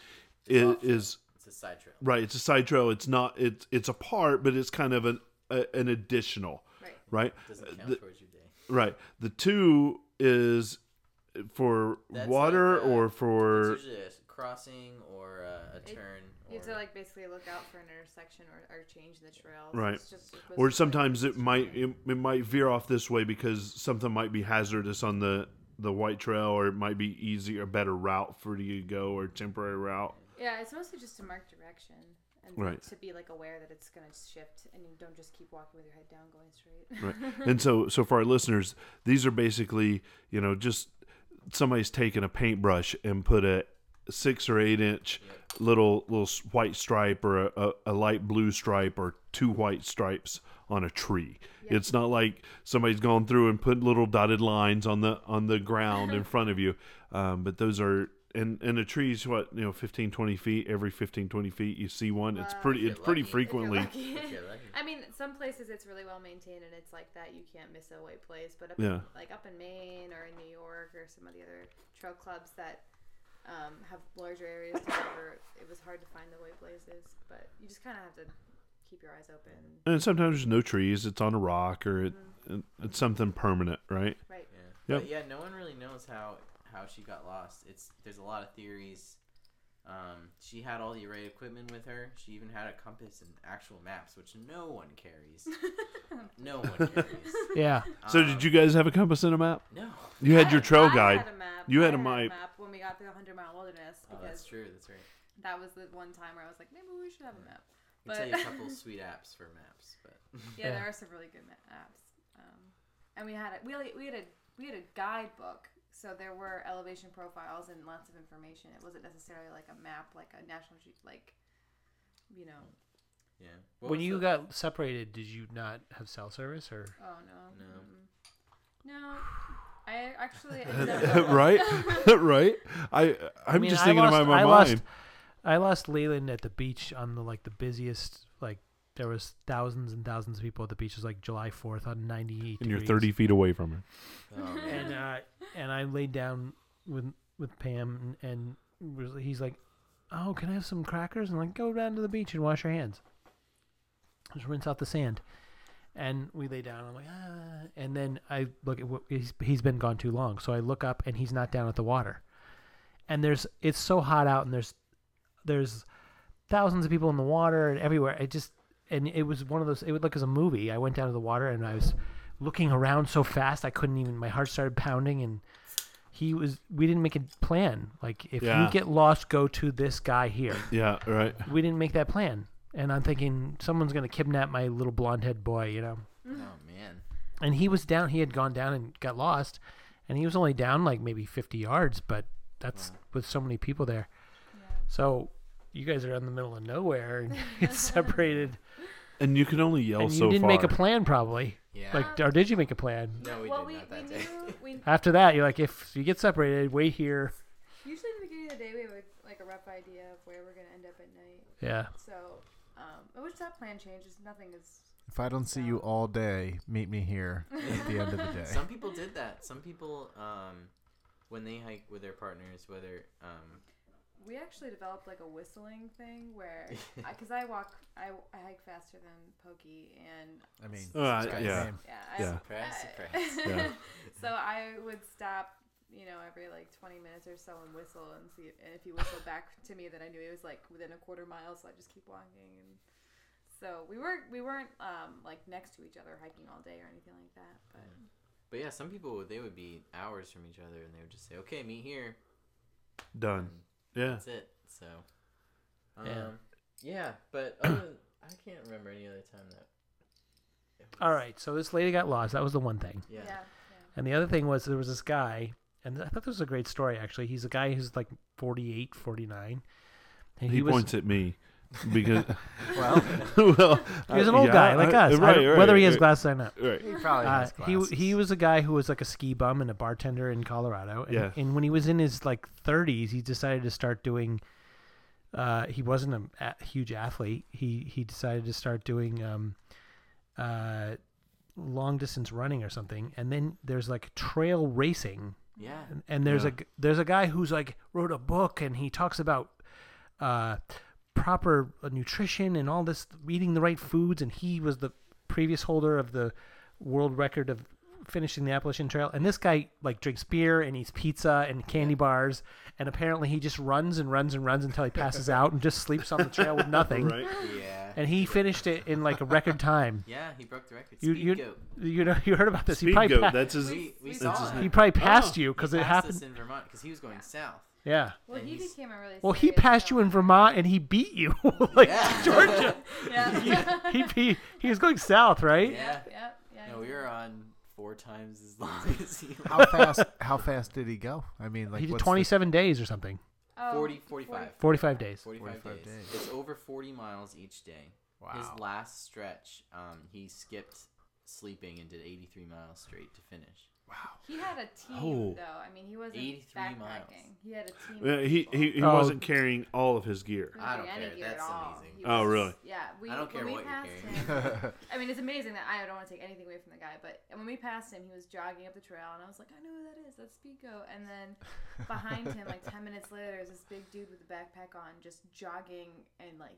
is, is
It's a side trail.
right. It's a side trail. It's not. It's it's a part, but it's kind of an a, an additional,
right.
right?
Doesn't count
Uh, The-
towards your day.
right. The two is for
That's
water
like, uh,
or for
It's usually a crossing or uh, a turn.
You have
or-
to like basically look out for an intersection or, or change the trail. So
Right.
it's just supposed to
or
be,
sometimes
like,
it might it, it might veer off this way because something might be hazardous on the the white trail or it might be easier a better route for you to go or temporary route
Yeah, it's mostly just to mark direction and
Right.
to be like aware that it's going to shift and you don't just keep walking with your head down going straight.
right and so so for our listeners these are basically you know just somebody's taken a paintbrush and put a six or eight inch little little s- white stripe or a, a, a light blue stripe or two white stripes on a tree it's not like somebody's gone through and put little dotted lines on the on the ground in front of you um, but those are and and a tree's what you know 15 20 feet every 15 20 feet you see one it's pretty
you're
it's pretty
lucky. If you're
frequently
If you're
If
lucky.
you're lucky.
I mean, some places it's really well maintained and it's like that you can't miss a white place, but up
Yeah.
like up in Maine or in New York or some of the other trail clubs that um, have larger areas to cover, it was hard to find the white blazes, but you just kind of have to keep your eyes open.
and sometimes there's no trees it's on a rock or it, it, it's something permanent right
Right.
Yeah.
Yep.
But yeah, no one really knows how how she got lost. It's there's a lot of theories. Um, she had all the array equipment with her. She even had a compass and actual maps, which no one carries. no one carries. Um,
Yeah.
so did you guys have a compass and a map
No.
you had your trail
I
guide
Had a map.
You had
I
a mi-
map when we got through the Hundred Mile Wilderness
Oh,
because
that's true. That's right.
that was the one time where I was like, maybe we should have a map.
We tell you a
But-
couple sweet apps for maps, but
Yeah,
Yeah.
there are some really good ma- apps. Um, and we had a, we had- we had a we had a guidebook, so there were elevation profiles and lots of information. It wasn't necessarily like a map, like a national Ge- like, you know.
yeah. What
When
was
you
the-
got separated, did you not have cell service or?
Oh no.
No.
Mm-mm. No. I actually ended up-
right right i i'm
mean,
just
I
thinking
lost,
about my
I
mind
Lost, I lost Leland at the beach on the like the busiest like there was thousands and thousands of people at the beach. It was like July Fourth on ninety eight.
and you're 30 feet away from her.
Oh, man.
and uh, and I laid down with with Pam, and, and was- he's like, "Oh, can I have some crackers?" And I'm like, go down to the beach and wash your hands. Just rinse out the sand, and we lay down. I'm like, ah. and then I look at what he's he's been gone too long, so I look up and he's not down at the water. And there's it's so hot out, and there's there's thousands of people in the water and everywhere. It just and it was one of those. It would look as a movie. I went down to the water and I was looking around so fast I couldn't even. My heart started pounding and he was. We didn't make a plan. Like if
Yeah.
you get lost, go to this guy here.
Yeah, right.
we didn't make that plan. And I'm thinking someone's gonna kidnap my little blonde head boy, you know.
oh man.
And he was down. He had gone down and got lost, and he was only down like maybe 50 yards. But that's with so many people there. So you guys are in the middle of nowhere and you get separated.
And you can only yell
and you
so
didn't
far.
make a plan, probably.
Yeah.
Like, or did you make a plan?
no, we
well,
did
we,
not that
we
day.
knew we
After that, you're like, if you get separated, wait here.
usually at the beginning of the day we have a, like a rough idea of where we're gonna end up at night.
Yeah.
So, um, which that plan changes. Nothing is.
If I don't see you all day, meet me here at the end of the day.
Some people did that. Some people, um, when they hike with their partners, whether um,
We actually developed like a whistling thing where, because I walk, I, I hike faster than Pokey, and
I mean,
Uh,
it's got a
yeah.
name.
yeah,
Yeah.
Surprise,
I,
surprise.
Yeah.
so I would stop, you know, every like 20 minutes or so and whistle and see, if, and if you whistled back to me, then I knew it was like within a quarter mile, so I just keep walking and. So we weren't we weren't um, like next to each other hiking all day or anything like that, but
but yeah, some people would- they would be hours from each other, and they would just say, "Okay, meet here."
Done. Yeah.
That's it. So, um,
Yeah.
yeah, But other than, I can't remember any other time that. it was-
All right. So this lady got lost. That was the one thing.
Yeah.
yeah.
And the other thing was there was this guy, and I thought this was a great story actually. He's a guy who's like 48, 49. And
He,
he, was
points at me because
Well,
well,
he was an
I-
old
yeah,
guy like
I-
us. I
right,
don't-
right,
whether he has
right,
glasses or not.
Right.
he probably
Uh,
has
he w-
glasses.
he was a guy who was like a ski bum and a bartender in Colorado. And,
Yeah.
and when he was in his like 30s, he decided to start doing. Uh, he wasn't a, a huge athlete. He he decided to start doing um, uh, long distance running or something. And then there's like trail racing
Yeah.
and, and there's
Yeah.
a g- there's a guy who's like wrote a book and he talks about uh, proper uh, nutrition and all this eating the right foods and he was the previous holder of the world record of finishing the Appalachian Trail and this guy like drinks beer and eats pizza and candy bars and apparently he just runs and runs and runs until he passes out and just sleeps on the trail with nothing
Right.
Yeah.
and he finished it in like a record time
Yeah. He broke the record.
you
Speed
you
goat.
you know you heard about this he
Speed
probably
goat.
pa-
That's his.
We, we
That's
saw
his
his
name.
he probably passed
Oh.
you because it
passed
happened
us in Vermont because he was going south.
yeah
Well,
And
he
he's-
became a really
Well, he
serious
passed you in
fellow.
Vermont and he beat you. like
Yeah.
Georgia.
Yeah.
He, he, he was going south, right?
Yeah.
yeah, yeah.
No, we were on four times as long as he. Was.
how fast? How fast did he go? I mean, like
he did
what's the-
27 days or something.
Oh,
40, 45.
45 days.
45,
45
days.
days.
It's over 40 miles each day.
Wow.
His last stretch, um, he skipped sleeping and did 83 miles straight to finish.
He had a team
Oh.
though. I mean, he wasn't
83
backpacking.
miles.
He had a team.
Yeah,
of
he
people.
he, he
Oh.
wasn't carrying all of his gear.
He wasn't
I don't
doing any
care.
gear at
That's
all.
amazing.
He
Oh,
was-
really?
Yeah. We,
I don't care
when we
what you're
passed
carrying.
him- I mean, it's amazing that I don't want to take anything away from the guy, but when we passed him, he was jogging up the trail, and I was like, I know who that is. That's Speedgo. And then behind him, like 10 minutes later, is this big dude with a backpack on just jogging and like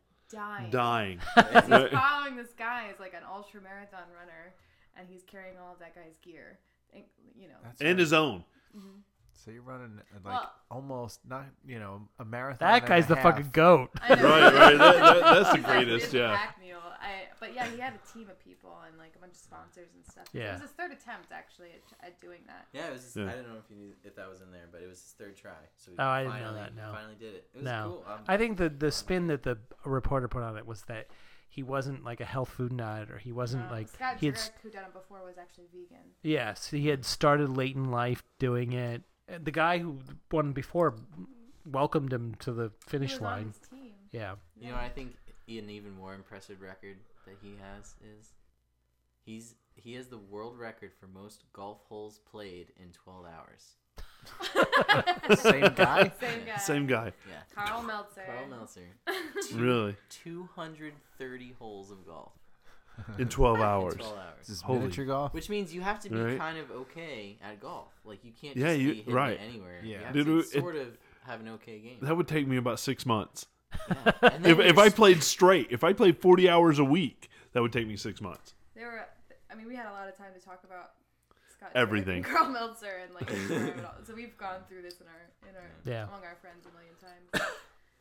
dying.
Dying.
Because
Right.
he's following this guy as like an ultra marathon runner, and he's carrying all of that guy's gear. And, you know,
That's
and
right.
his own.
So you're running uh, like
Well-
almost not, you know, a marathon.
That
and
guy's
a
the
half.
fucking goat.
I know.
Right, right. That, that, that's the
He's like,
greatest.
"Here's the
Yeah.
pack mule." I, but yeah, he had a team of people and like a bunch of sponsors and stuff.
Yeah.
It was his third attempt actually at, at doing that.
Yeah, it was. Just,
Yeah.
I don't know if you knew if that was in there, but it was his third try. So he
Oh, I didn't
finally,
know that, no.
Finally did it. It was
No.
cool. Um,
I think the, the spin that the reporter put on it was that he wasn't like a health food nut or he wasn't
Um,
like.
Scott
he had,
Jurek, who done it before, was actually vegan.
yes, he had started late in life doing it. And the guy who won before welcomed him to the
He
finish
was on
line.
his team.
Yeah.
you know, I think an even more impressive record that he has is he's he has the world record for most golf holes played in 12 hours.
Same guy.
Same guy.
Same guy.
Yeah.
Carl Meltzer.
Carl Meltzer.
Really.
230 holes of golf.
In 12
In
hours.
12 hours.
This is
Holy-
miniature golf.
Which means you have to be
Right.
kind of okay at golf. Like you can't
Yeah,
just
you-
be hitting
right.
it anywhere.
Yeah.
You have
Dude,
to
we- it-
sort of have an okay game.
That would take me about six months.
Yeah. And then
If, if
you're
I played straight, if I played 40 hours a week, that would take me six months.
There were. I mean, we had a lot of time to talk about Scott. Jurek
Everything.
and Carl Meltzer and like describe it all. so we've gone through this in our in our
Yeah.
among our friends a million times.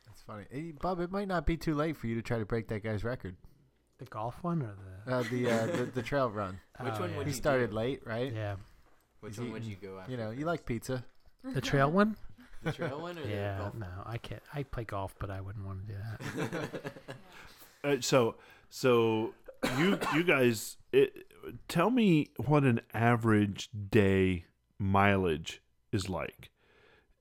That's funny. Hey, Bob, it might not be too late for you to try to break that guy's record.
The golf one or the
Uh, the, uh, the the trail run.
Which
Oh,
one
yeah.
would
He
you
started
do?
late, right?
yeah
Which
He's
one would
eating-
you go after?
You know, you like pizza.
the trail one?
the trail one or the
Yeah,
golf?
no, I can't. I play golf, but I wouldn't want to do that.
Uh, so, so you you guys, it, tell me what an average day mileage is like.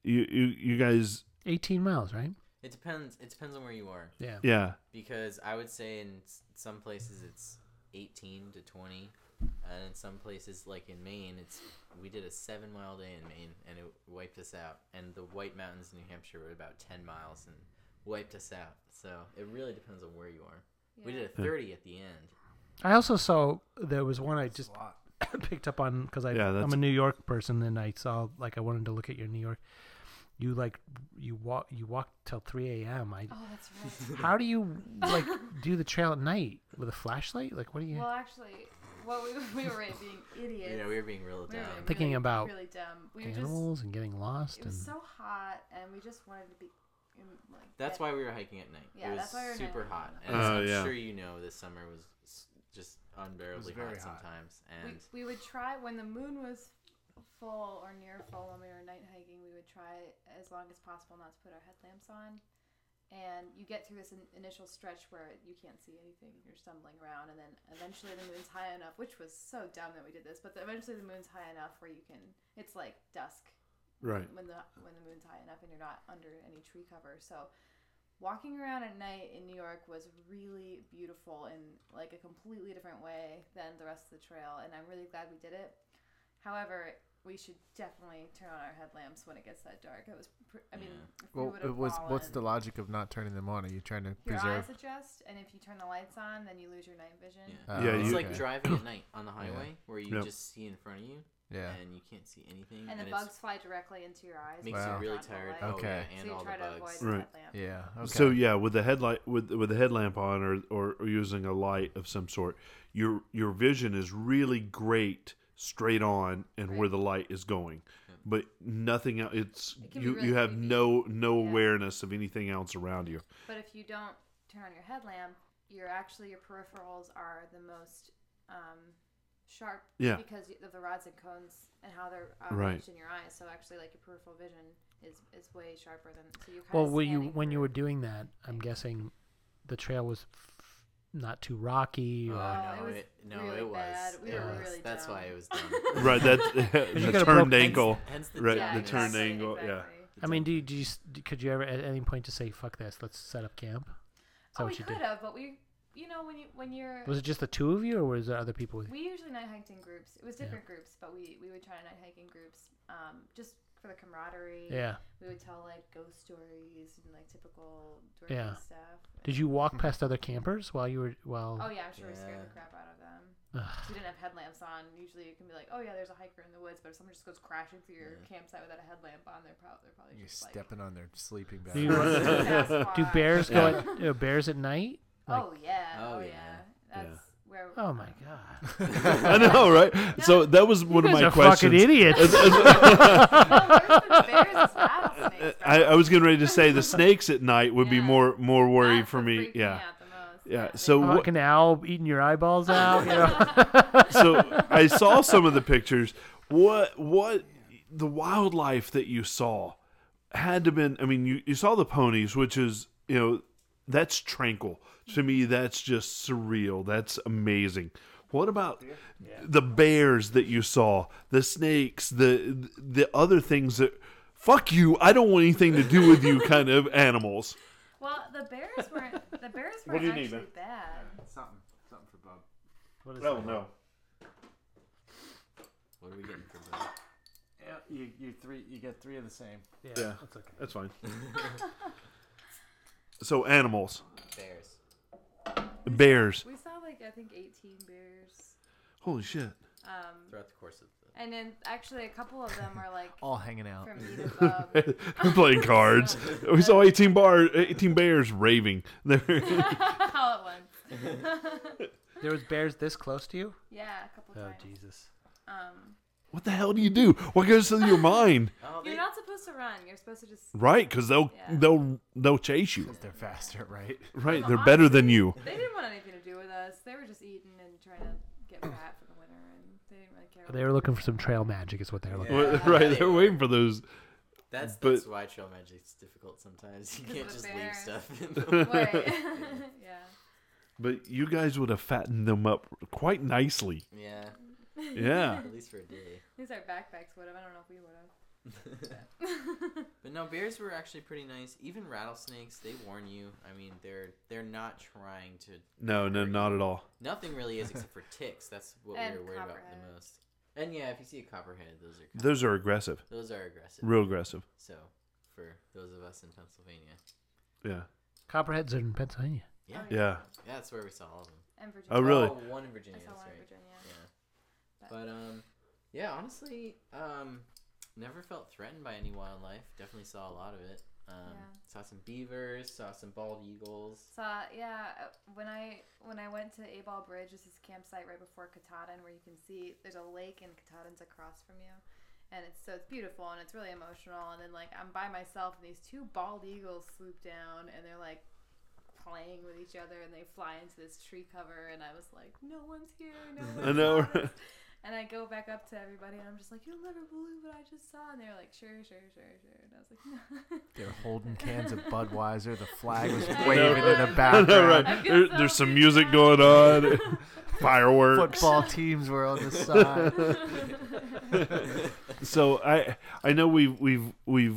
You you you guys,
18 miles, right?
It depends. It depends on where you are.
Yeah.
yeah,
because I would say in s- some places it's 18 to 20, and in some places like in Maine, it's we did a seven mile day in Maine and it wiped us out. And the White Mountains in New Hampshire were about 10 miles and wiped us out. So it really depends on where you are. We did a 30 at the end.
I also saw there was one I just
lot.
picked up on because
Yeah,
I'm
that's-
a New York person, and I saw like I wanted to look at your New York. You like you walk you walk till 3 a.m. I
Oh, that's right.
how do you like do the trail at night with a flashlight? Like what do you
Well, actually, what we we were right, being idiots.
Yeah, we were being real
We were
dumb.
really-
Thinking
really,
about
really dumb. We were just
animals and getting lost
it
and
was so hot, and we just wanted to be. In, like,
That's
bed.
why we were hiking at night.
Yeah,
it was
that's why we were
super hot.
hiking
And
at
night.
Uh,
Oh,
I'm
yeah.
sure you know this summer was s- just unbearably
very
hot
hot.
sometimes. And
we, we would try when the moon was full or near full when we were night hiking we would try as long as possible not to put our headlamps on and you get through this in- initial stretch where you can't see anything you're stumbling around and then eventually the moon's high enough which was so dumb that we did this but the, eventually the moon's high enough where you can it's like dusk
right.
when the when the moon's high enough and you're not under any tree cover. So walking around at night in New York was really beautiful in like a completely different way than the rest of the trail and I'm really glad we did it. However, we should definitely turn on our headlamps when it gets that dark. It was pr- I mean, if we
Well,
would've
it was. What's the
fallen,
logic of not turning them on? Are you trying to
your
preserve?
eyes adjust and if you turn the lights on, then you lose your night vision.
Yeah.
Oh,
Yeah,
it's
you-
like
okay.
driving at night on the highway where you
Yep.
just see in front of you
Yeah.
and you can't see anything.
And the
it's-
bugs fly directly into your eyes.
makes you
Wow.
when turn
really
on the
tired.
light.
Oh,
Okay.
yeah,
So
and
you
all the
try to avoid
bugs.
the
Right.
headlamp.
Yeah. Okay.
So yeah, with the headlight with with the headlamp on or, or or using a light of some sort, your your vision is really great straight on and where
Right.
the light is going. But nothing else it's
It can be
you
really
you have
creepy.
no no
Yeah.
awareness of anything else around you.
But if you don't turn on your headlamp, you're actually your peripherals are the most um, sharp
Yeah.
because of the rods and cones and how they're uh,
Right.
arranged in your eyes. So actually, like your peripheral vision is is way sharper than so you.
Well, were you when you were doing that? I'm guessing the trail was f- not too rocky. Or,
Oh,
Oh,
no,
it was
it, no,
really
it was.
bad. We
it
were
was.
really
That's why
dumb.
it was dumb.
right, that
you
the
gotta
turned
pro-
ankle.
Hence the
Right,
jack.
the turn
Exactly,
angle, yeah.
I mean, do you, do you s- d- could you ever at any point just say fuck this? Let's set up camp. Is that
Oh, we
what you
could
did?
have, but we, you know, when you when you're
Was it just the two of you, or was there other people? With you?
We usually night hiked in groups. It was different groups, but we we would try to night hike in groups, um, just for the camaraderie.
Yeah.
We would tell like ghost stories and like typical dorky
Yeah.
stuff.
Did you walk past other campers while you were while?
Oh yeah, I'm sure we scared
Yeah.
the crap out of them.
Ugh.
'Cause We didn't have headlamps on. Usually, you can be like, oh yeah, there's a hiker in the woods, but if someone just goes crashing through your campsite without a headlamp on, they're probably they're probably
You're
just
stepping on their sleeping bag.
You-
like.
Oh,
"Pass
Do
by."
bears go at uh, bears at night?
Oh yeah.
Oh,
Oh,
yeah.
yeah. That's where.
Oh my god!
I know, right? So that was one of my
You're
questions.
fucking idiots.
Oh, there's been bears and rattlesnakes.
I, I was getting ready to say the snakes at night would be
Yeah.
more more worry
That's
for
what
me.
freaked
Yeah.
out the most.
Yeah.
they
So what,
fucking owl eating your eyeballs out. You know?
so I saw some of the pictures. What what the wildlife that you saw had to been I mean you, you saw the ponies, which is you know, that's tranquil. To me that's just surreal. That's amazing. What about the bears that you saw, the snakes, the the other things that fuck you, I don't want anything to do with you kind of animals.
Well, the bears weren't. The bears
What
weren't
do you need,
actually bad.
something, something for Bob.
What is
Oh no.
What are we getting for that?
you, you three you get three of the same.
Yeah,
Yeah.
that's okay.
That's fine. so animals,
Bears.
bears.
We saw like I think 18 bears.
Holy shit!
Um,
Throughout the course of the.
and then actually a couple of them are like
All hanging out.
from Eat a Bug.
We're playing cards. We saw eighteen bar, eighteen bears raving. They're
all at once.
There was bears this close to you?
yeah, a couple
Oh
times.
Jesus!
Um,
What the hell do you do? What goes through your mind?
Oh, they,
you're not supposed to run. You're supposed to just.
Right, because they'll
Yeah.
they'll they'll chase you.
They're faster, right?
Right, they're better than you.
They didn't want anything to do with us. They were just eating and trying to get fat for the winter, and they didn't really care.
They were looking for some trail magic, is what they were looking.
Yeah.
Right, they're waiting for those.
that's
but-
that's why trail magic's difficult sometimes. You
Because
can't
of
just
the
leave
bears.
stuff. in the-
Right. yeah.
But you guys would have fattened them up quite nicely.
yeah,
Yeah.
at least for a day.
These are backpacks would have. I don't know if we would have.
But no, bears were actually pretty nice. Even rattlesnakes, they warn you. I mean, they're they're not trying to.
No, no, not at all.
Nothing really is except for ticks. That's what
And
we were worried about the
copperhead.
most. And yeah, if you see a copperhead, those are
Those are aggressive,
those are aggressive.
real aggressive.
So for those of us in Pennsylvania,
Yeah,
Copperheads are in Pennsylvania.
yeah,
Oh,
yeah.
yeah, that's where we saw all of them.
And Virginia.
Oh, really?
Oh, one in Virginia.
I saw
That's
one
right.
in Virginia.
Yeah.
But-
But um, yeah. Honestly, um, never felt threatened by any wildlife. Definitely saw a lot of it. Um,
Yeah.
saw some beavers. Saw some bald eagles.
Saw yeah uh, when I when I went to Abal Bridge, this is a campsite right before Katahdin where you can see there's a lake and Katahdin's across from you, and it's so it's beautiful and it's really emotional. And then like I'm by myself and these two bald eagles swoop down and they're like playing with each other and they fly into this tree cover and I was like no one's here no one's
I know.
saw this." and I go back up to everybody and I'm just like you'll never believe what I just saw and they're like sure sure sure sure and I was like no
They're holding cans of Budweiser. The flag was
I
waving
know.
in the
I know,
background.
right.
I feel
There-
so
there's some
good
music
now.
going on, fireworks.
Football teams were on the side.
so I I know we've we've we've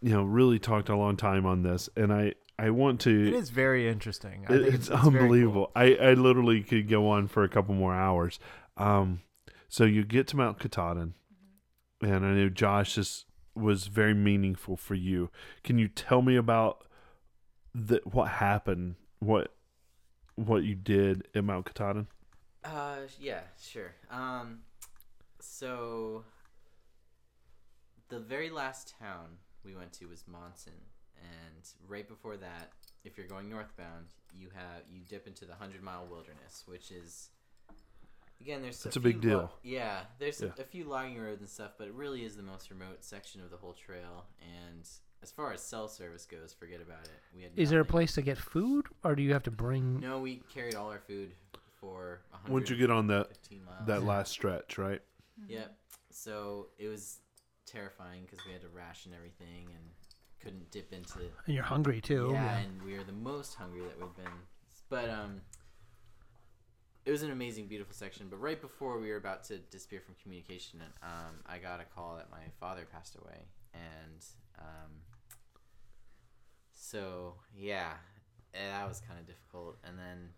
you know really talked a long time on this, and I I want to.
It is very interesting. I
It-
think
it's,
very cool.
unbelievable. I, I literally could go on for a couple more hours. Um, so you get to Mount Katahdin, and I know Josh this was very meaningful for you. Can you tell me about the, what happened? What what you did at Mount Katahdin?
Uh, sh- yeah, sure. Um, so the very last town we went to was Monson, and right before that, if you're going northbound, you have you dip into the Hundred Mile Wilderness, which is again there's
That's a big
few lo-
deal.
yeah, there's a-
Yeah.
a few logging roads and stuff, but it really is the most remote section of the whole trail. And as far as cell service goes, forget about it. We had
Is there a
nothing.
place to get food, or do you have to bring?
No, we carried all our food for. 100
Once you get on that
15 miles.
that last stretch, right?
Yep. So it was terrifying because we had to ration everything and couldn't dip into.
And you're hungry too.
yeah, and we were the most hungry that we've been. But um, it was an amazing, beautiful section. But right before we were about to disappear from communication, um, I got a call that my father passed away, and um, so yeah, and that was kind of difficult. And then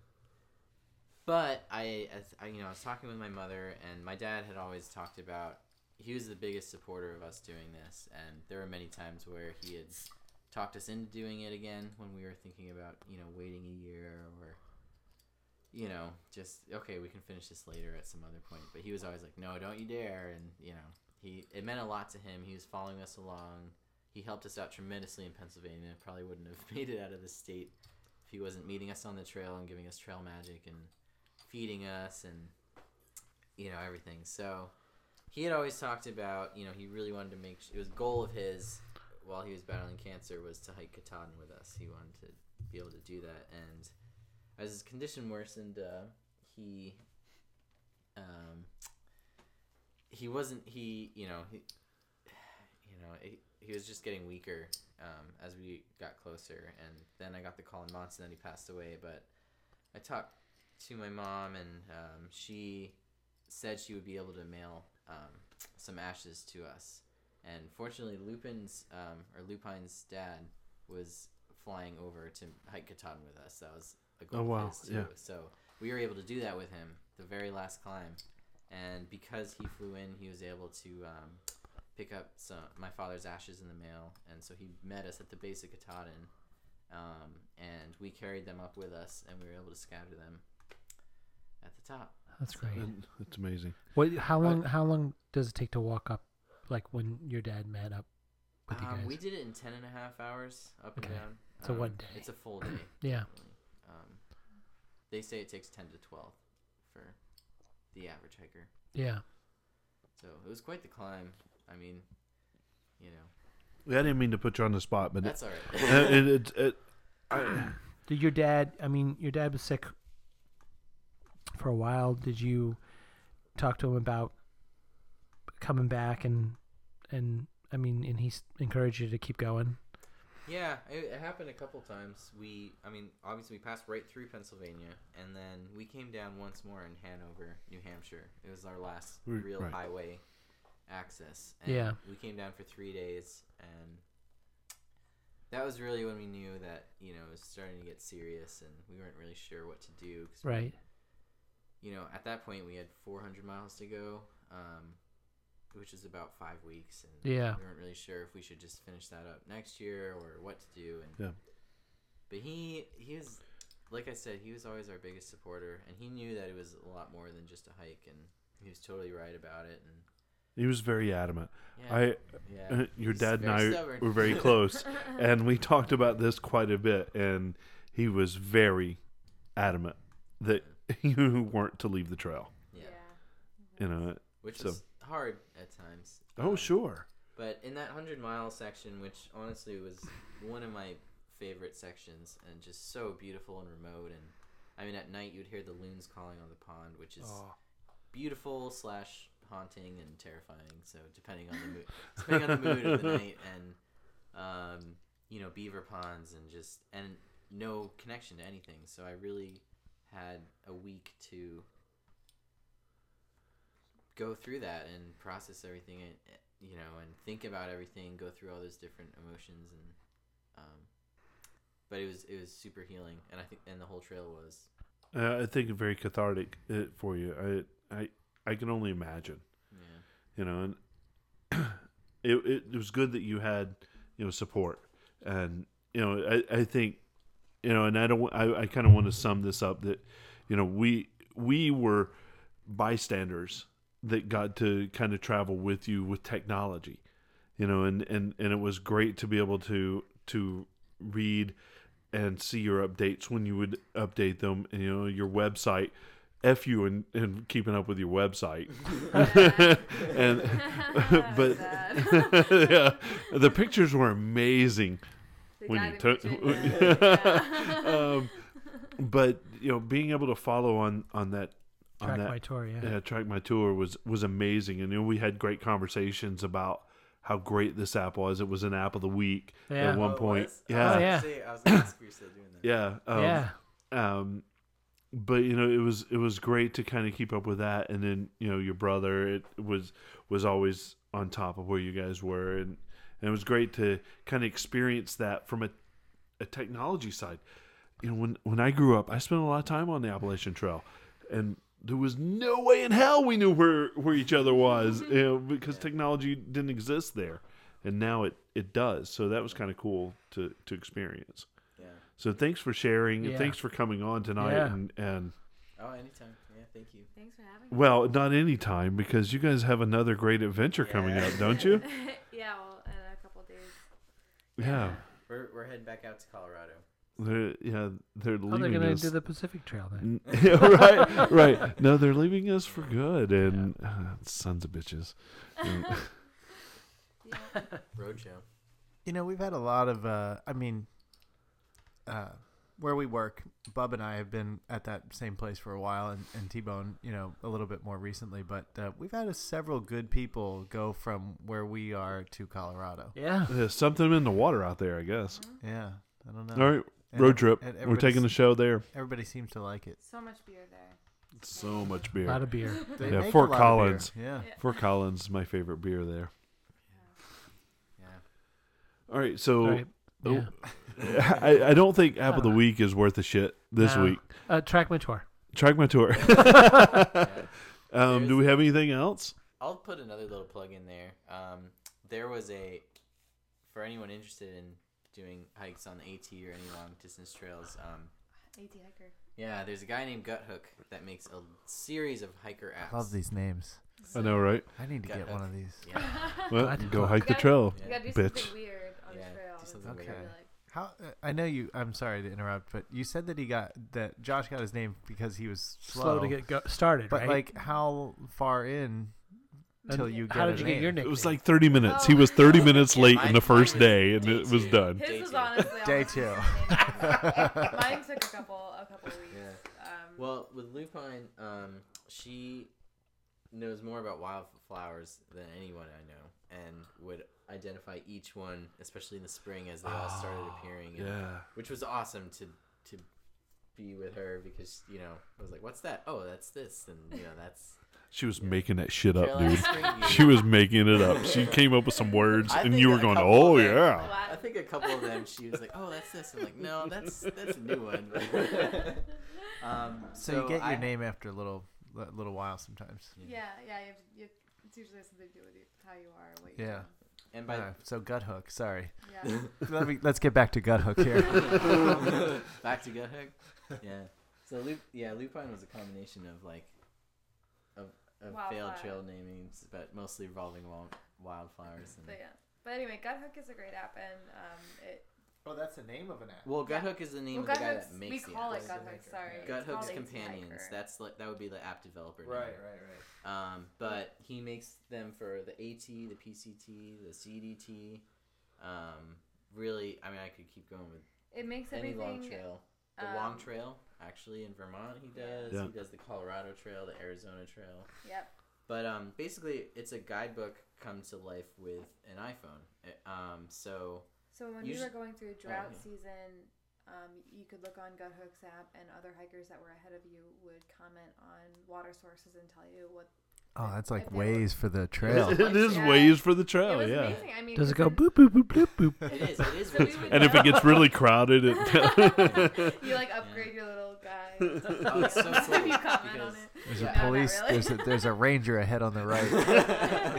but I, as I, you know, I was talking with my mother, and my dad had always talked about he was the biggest supporter of us doing this, and there were many times where he had talked us into doing it again when we were thinking about, you know, waiting a year or, you know, just okay, we can finish this later at some other point. But he was always like, no, don't you dare, and you know, he it meant a lot to him. He was following us along. He helped us out tremendously in Pennsylvania. Probably wouldn't have made it out of the state if he wasn't meeting us on the trail and giving us trail magic and feeding us and you know everything so he had always talked about you know he really wanted to make it was a goal of his while he was battling cancer was to hike katahdin with us he wanted to be able to do that and as his condition worsened uh, he um, he wasn't he you know he you know it, he was just getting weaker um, as we got closer and then i got the call in monson that he passed away but i talked to my mom, and um, she said she would be able to mail um, some ashes to us. And fortunately, Lupin's um, or Lupine's dad was flying over to hike Katahdin with us. That was a goal
Oh,
of
wow.
his, too.
Yeah.
So we were able to do that with him the very last climb, and because he flew in, he was able to um, pick up some my father's ashes in the mail, and so he met us at the base of Katahdin, um, and we carried them up with us, and we were able to scatter them at the top.
That's great.
And It's amazing.
What? How long? How long does it take to walk up? Like when your dad met up with you
Um,
guys?
we did it in ten and a half hours, up and
Okay.
down.
So
Um,
one day.
It's a full day.
yeah.
really. Um, they say it takes ten to twelve for the average hiker.
Yeah.
So it was quite the climb. I mean, you know,
I didn't mean to put you on the spot, but
that's all right.
it, it, it, it, I,
Did your dad? I mean, your dad was sick for a while. Did you talk to him about coming back and and I mean, and he s- encouraged you to keep going?
Yeah, it, it happened a couple times. We, I mean, obviously we passed right through Pennsylvania, and then we came down once more in Hanover, New Hampshire. It was our last
Mm,
real
right.
highway access. And
Yeah.
we came down for three days, and that was really when we knew that you know it was starting to get serious, and we weren't really sure what to do. 'cause we-
Right.
you know, at that point we had 400 miles to go, um, which is about five weeks, and
Yeah.
we weren't really sure if we should just finish that up next year or what to do. And
Yeah.
but he he was like I said, he was always our biggest supporter, and he knew that it was a lot more than just a hike, and he was totally right about it. And
he was very adamant.
yeah,
I, uh,
yeah,
your
He's
dad and
very
I
stubborn.
were very close, and we talked about this quite a bit. And he was very adamant that you weren't to leave the trail.
yeah,
You know.
which
So-
was hard at times.
Oh
um,
sure.
But in that 100 mile section, which honestly was one of my favorite sections and just so beautiful and remote. And I mean, at night, you'd hear the loons calling on the pond, which is beautiful slash haunting and terrifying. So, depending on the mood, depending on the mood of the night and, um, you know, beaver ponds and just, and no connection to anything. So, I really had a week to go through that and process everything and eh, you know and think about everything go through all those different emotions and um but it was it was super healing and i think and the whole trail was
Uh, I think very cathartic uh, for you. I I I can only imagine.
yeah
You know, and it, it it was good that you had you know support, and you know I I think you know, and I don't I I kind of want to sum this up that you know we we were bystanders that got to kind of travel with you with technology you know and and and it was great to be able to to read and see your updates when you would update them and, you know your website f you and, and keeping up with your website and but yeah, the pictures were amazing when you took um, but you know being able to follow on on that on
Track
that
my tour. Yeah.
yeah, track my tour was was amazing, and you know, we had great conversations about how great this app was. It was an app of the week
Yeah.
at one
Oh, it
point.
was?
Yeah,
Oh, yeah.
i was gonna ask if you're still doing that
yeah, um,
yeah.
Um, but you know, it was it was great to kind of keep up with that, and then you know, your brother it was was always on top of where you guys were, and, and it was great to kind of experience that from a a technology side. You know, when when I grew up, I spent a lot of time on the Appalachian Trail, and there was no way in hell we knew where where each other was, you know, because technology didn't exist there, and now it it does. So that was kind of cool to to experience.
yeah
So thanks for sharing. and
Yeah.
Thanks for coming on tonight.
Yeah.
And, and
oh anytime yeah thank you
Thanks for having me.
well, not any time because you guys have another great adventure coming
Yeah.
up, don't you?
yeah, well, in a couple days.
Yeah.
we're, we're heading back out to colorado
They're, yeah, they're
Oh, they're
leaving
gonna
us.
do the Pacific Trail then.
N- right, right. No, they're leaving us for good. And uh, sons of bitches.
Yeah.
roadshow
You know, we've had a lot of. Uh, I mean, uh, where we work, Bub and I have been at that same place for a while, and, and T Bone, you know, a little bit more recently. But uh, we've had a, several good people go from where we are to Colorado.
Yeah.
There's something in the water out there, I guess.
Mm-hmm.
Yeah, I don't know.
Uh-huh.
All right,
And-
e-
road trip.
and
We're taking the
everybody's-
show there.
Everybody seems to like it.
So much beer there.
So much
A lot
beer.
of beer.
They
Yeah,
make a
Fort
lot of beer.
Collins.
Yeah.
Fort Collins, is my favorite beer there.
yeah
All right, so
All right.
oh,
Yeah.
I, I don't think app of the
Uh,
week is worth a shit this
no.
week.
Uh, track my tour.
Track my tour.
yeah
um, do we have anything else?
I'll put another little plug in there. Um, there was a for anyone interested in doing hikes on the AT or any long distance trails. Um,
AT hiker.
yeah, there's a guy named Guthook that makes a series of hiker apps.
I love these names.
I know, right?
I need to
Got
get
it.
one of these.
Yeah.
Well,
God.
go hike the
Yeah.
trail.
You gotta do
Bitch.
something weird on
Yeah,
the trail.
do
It's
something
gotta be
weird.
like-
How uh, I know you. I'm sorry to interrupt, but you said that he got that Josh got his name because he was slow,
Slow, to get go- started,
But
right?
like, how far in
And
till you get?
how
a
did you get your
name?
nickname?
It was like
Oh,
30 minutes. He was 30 minutes late in the first day, and it was done.
His was
two.
honestly
Day
almost
two.
the same. Mine took a couple, a couple weeks.
Yeah.
Um,
Well, with Lupine, um, she knows more about wildflowers than anyone I know, and would identify each one, especially in the spring as they all started appearing. and-
Ah, Yeah.
Which was awesome to to be with her because you know I was like, "What's that? Oh, that's this," and you know that's
She was making that shit up,
Carolina
dude.
Spring View.
She was making it up. She came up with some words,
I
and
think
you were
a
going,
couple
"Oh
of them-
yeah."
I think a couple of them. She was like, "Oh, that's this." I'm like, "No, that's that's a new one." um,
So, you get your
I-
name after a little a little while sometimes.
yeah, yeah. You have, you have, it's usually has something to do with you, how you are, what you.
Yeah.
and by
Uh, so gut hook. Sorry.
Yeah.
Let me let's get back to gut hook here.
Back to Gut Hook. Yeah. So Lup- yeah, Lupine was a combination of like of, of failed
Wildflower.
trail namings, but mostly revolving wild, wildflowers.
But
And,
yeah. But anyway, Gut Hook is a great app, and um, it.
oh, that's the name of an app.
well, Gut
Yeah.
Hook is the name
Well,
of the
Gut
guy
Hook's,
that
we
makes
call
the
it
app.
Gut
Gut
Hook.
Hook,
Sorry.
yeah.
it's
Gut
called
Hook's
AT
companions.
Hiker.
That's like that would be the app developer. name.
right.
Um, but he makes them for the AT, the PCT, the CDT. Um, really, I mean, I could keep going with
It makes
any
everything.
long trail. The long
um,
trail, actually, in Vermont, he does.
Yeah.
He does the Colorado Trail, the Arizona Trail.
Yep.
But um, basically, it's a guidebook come to life with an iPhone. Uh, Um, so
So when
You
we were
just-
going through drought
yeah.
season, um, you could look on Gut Hook's app, and other hikers that were ahead of you would comment on water sources and tell you what.
Oh, that's like
If they
ways for the trail.
It is
Yeah.
ways for the
it
trail,
was
Oh, yeah.
amazing. I mean,
Does it go
because
boop boop boop boop boop?
it is. It is.
So
really
we would
good.
And if it gets really crowded, it
you like upgrade your little guy. if
oh, it's so cool
you comment on
because-
it.
There's
Yeah.
a
No, not
police.
really.
There's a, there's a ranger ahead on the right.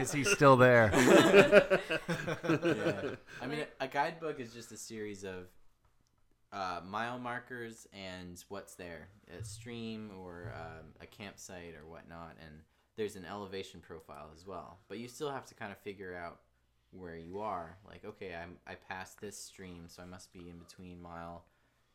is he still there?
yeah. I mean, a guidebook is just a series of uh, mile markers and what's there a stream or um, a campsite or whatnot. And there's an elevation profile as well. But you still have to kind of figure out where you are. Like, okay, I'm, I passed this stream, so I must be in between mile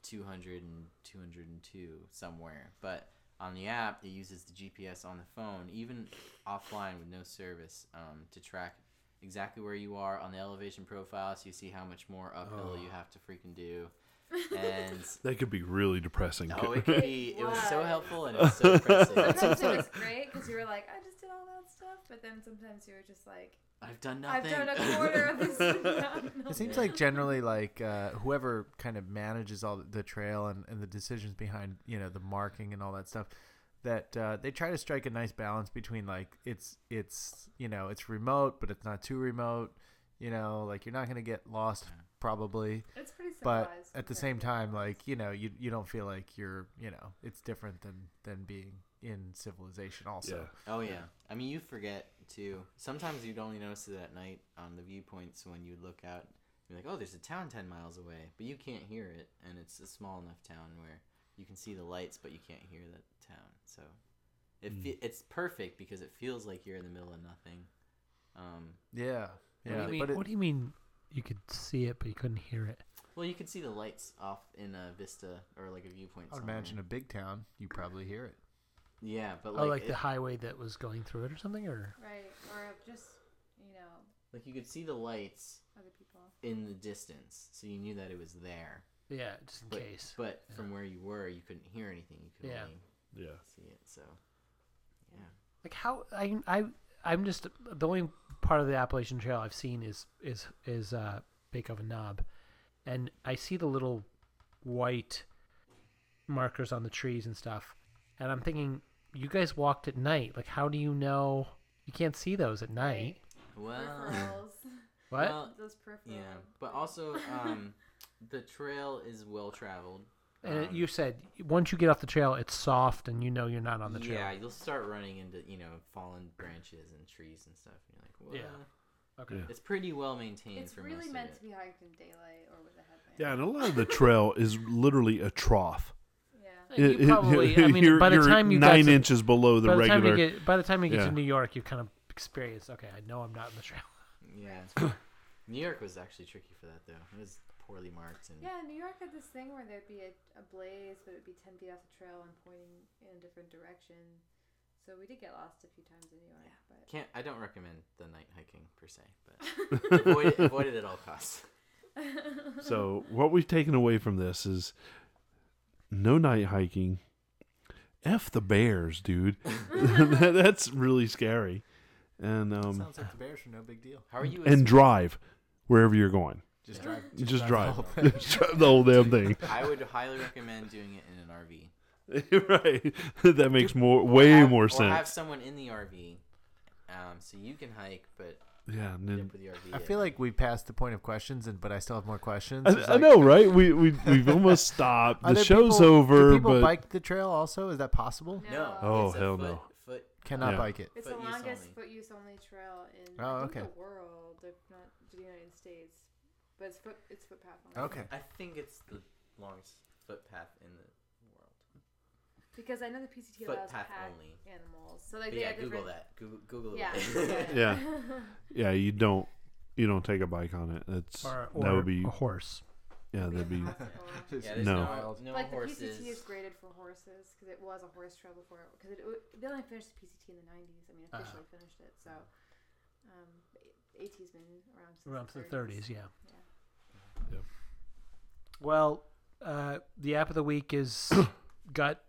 200 and 202 somewhere. But on the app, it uses the GPS on the phone, even offline with no service, um, to track exactly where you are on the elevation profile, so you see how much more uphill you have to freaking do. And
That could be really depressing.
oh, it could be. It was so
Wow.
helpful and it was so impressive.
Sometimes it was great because you were like, I just did all that stuff, but then sometimes you were just like,
I've done nothing.
I've done a quarter of this. Oh,
It seems like generally like uh, whoever kind of manages all the, the trail and, and the decisions behind you know the marking and all that stuff that uh, they try to strike a nice balance between like it's it's you know it's remote but it's not too remote you know like you're not going to get lost probably
it's pretty
but
civilized.
at the
compared
same
to-
time like you know you you don't feel like you're you know it's different than than being in civilization also
Yeah.
Oh yeah. I mean, you forget too. Sometimes you'd only notice it at night on the viewpoints when you look out. You're like, oh, there's a town ten miles away, but you can't hear it, and it's a small enough town where you can see the lights, but you can't hear the town. So, it fe- it's perfect because it feels like you're in the middle of nothing. Um,
yeah
do you
yeah
mean-
but it,
What do you mean? You could see it, but you couldn't hear it.
well, you can see the lights off in a vista or like a viewpoint.
I would
somewhere.
imagine a big town you probably hear it
Yeah, but
oh,
like
like
it-
the highway that was going through it or something, or
Right. Or just, you know,
like you could see the lights
other people.
in the distance, so you knew that it was there.
yeah, just in
But,
case.
but from where you were, you couldn't hear anything. You could
Yeah.
only
Yeah.
see it. So
like how I I I'm just the only part of the Appalachian Trail I've seen is is is uh, Bake Oven Knob, and I see the little white markers on the trees and stuff, and I'm thinking you guys walked at night. Like, how do you know? You can't see those at night.
well,
Peripherals.
What?
Well,
Those peripherals.
yeah, but also um, the trail is well traveled. Um,
and it- you said once you get off the trail, it's soft, and you know you're not on the trail.
yeah, you'll start running into you know fallen branches and trees and stuff, and you're like, well,
Yeah. Okay.
Yeah.
It's pretty well maintained.
It's
for
really
most
meant
of
to
it.
be hiked in daylight or with a headlamp.
Yeah, and a lot of the trail is literally a trough.
Yeah.
You
It- it-
probably- I mean,
you're-
by the
you're
time you got
nine
to-
inches below the
by the
regular,
time you get by the time you get
Yeah.
to New York, you kind of experience. Okay, I know I'm not in the trail.
Yeah. New York was actually tricky for that though. It was poorly marked and
Yeah, New York had this thing where there'd be a, a blaze, but it'd be 10 feet off the trail and pointing in a different direction. So we did get lost a few times in New York. But
can't. I don't recommend the night hiking per se, but avoid, it, avoid it at all costs.
so what we've taken away from this is no night hiking. F the bears, dude. That- That's really scary. And um
Sounds like the Bears are no big deal.
How are you?
and drive wherever you're going.
Just
Yeah.
drive.
Just
drive.
drive.
the whole thing.
Just drive the whole damn thing.
I would highly recommend doing it in an RV.
right. That makes more way
Have-
more
or
sense.
have someone in the RV, um, so you can hike, but
yeah. And
dip
then,
with the RV.
I feel like we passed the point of questions, and but I still have more questions.
I,
It's
I
like,
know, right? We we we've almost stopped.
are
The
there
show's
people-
over,
Do people
but
bike the trail also? Is that possible?
no.
No.
Oh,
it's a
hell
foot,
no.
Foot.
Cannot
Yeah.
bike it.
It's
Foot
the
use
longest
only.
foot use only trail in
Oh,
I think
okay.
the world, if not the United States. But it's foot it's footpath only.
Okay.
I think it's the longest footpath in the world.
Because I know the PCT allows
Footpath
pack
only.
animals. So like
But
they
yeah,
have
Google
different
that. Google, Google
Yeah.
it.
yeah, yeah. You don't you don't take a bike on it. That's
Or, or oh.
that would be
a horse.
yeah. That'd be
Impossible.
yeah, there's
No.
no, no
like
horses.
the PCT is graded for horses because it was a horse trail before because it, w they only finished the PCT in the 90s. I
Uh-huh.
mean, officially finished it. So, um, A- AT's been around since
Around the
the
30s, yeah.
Yep.
Well, uh, the app of the week is Gut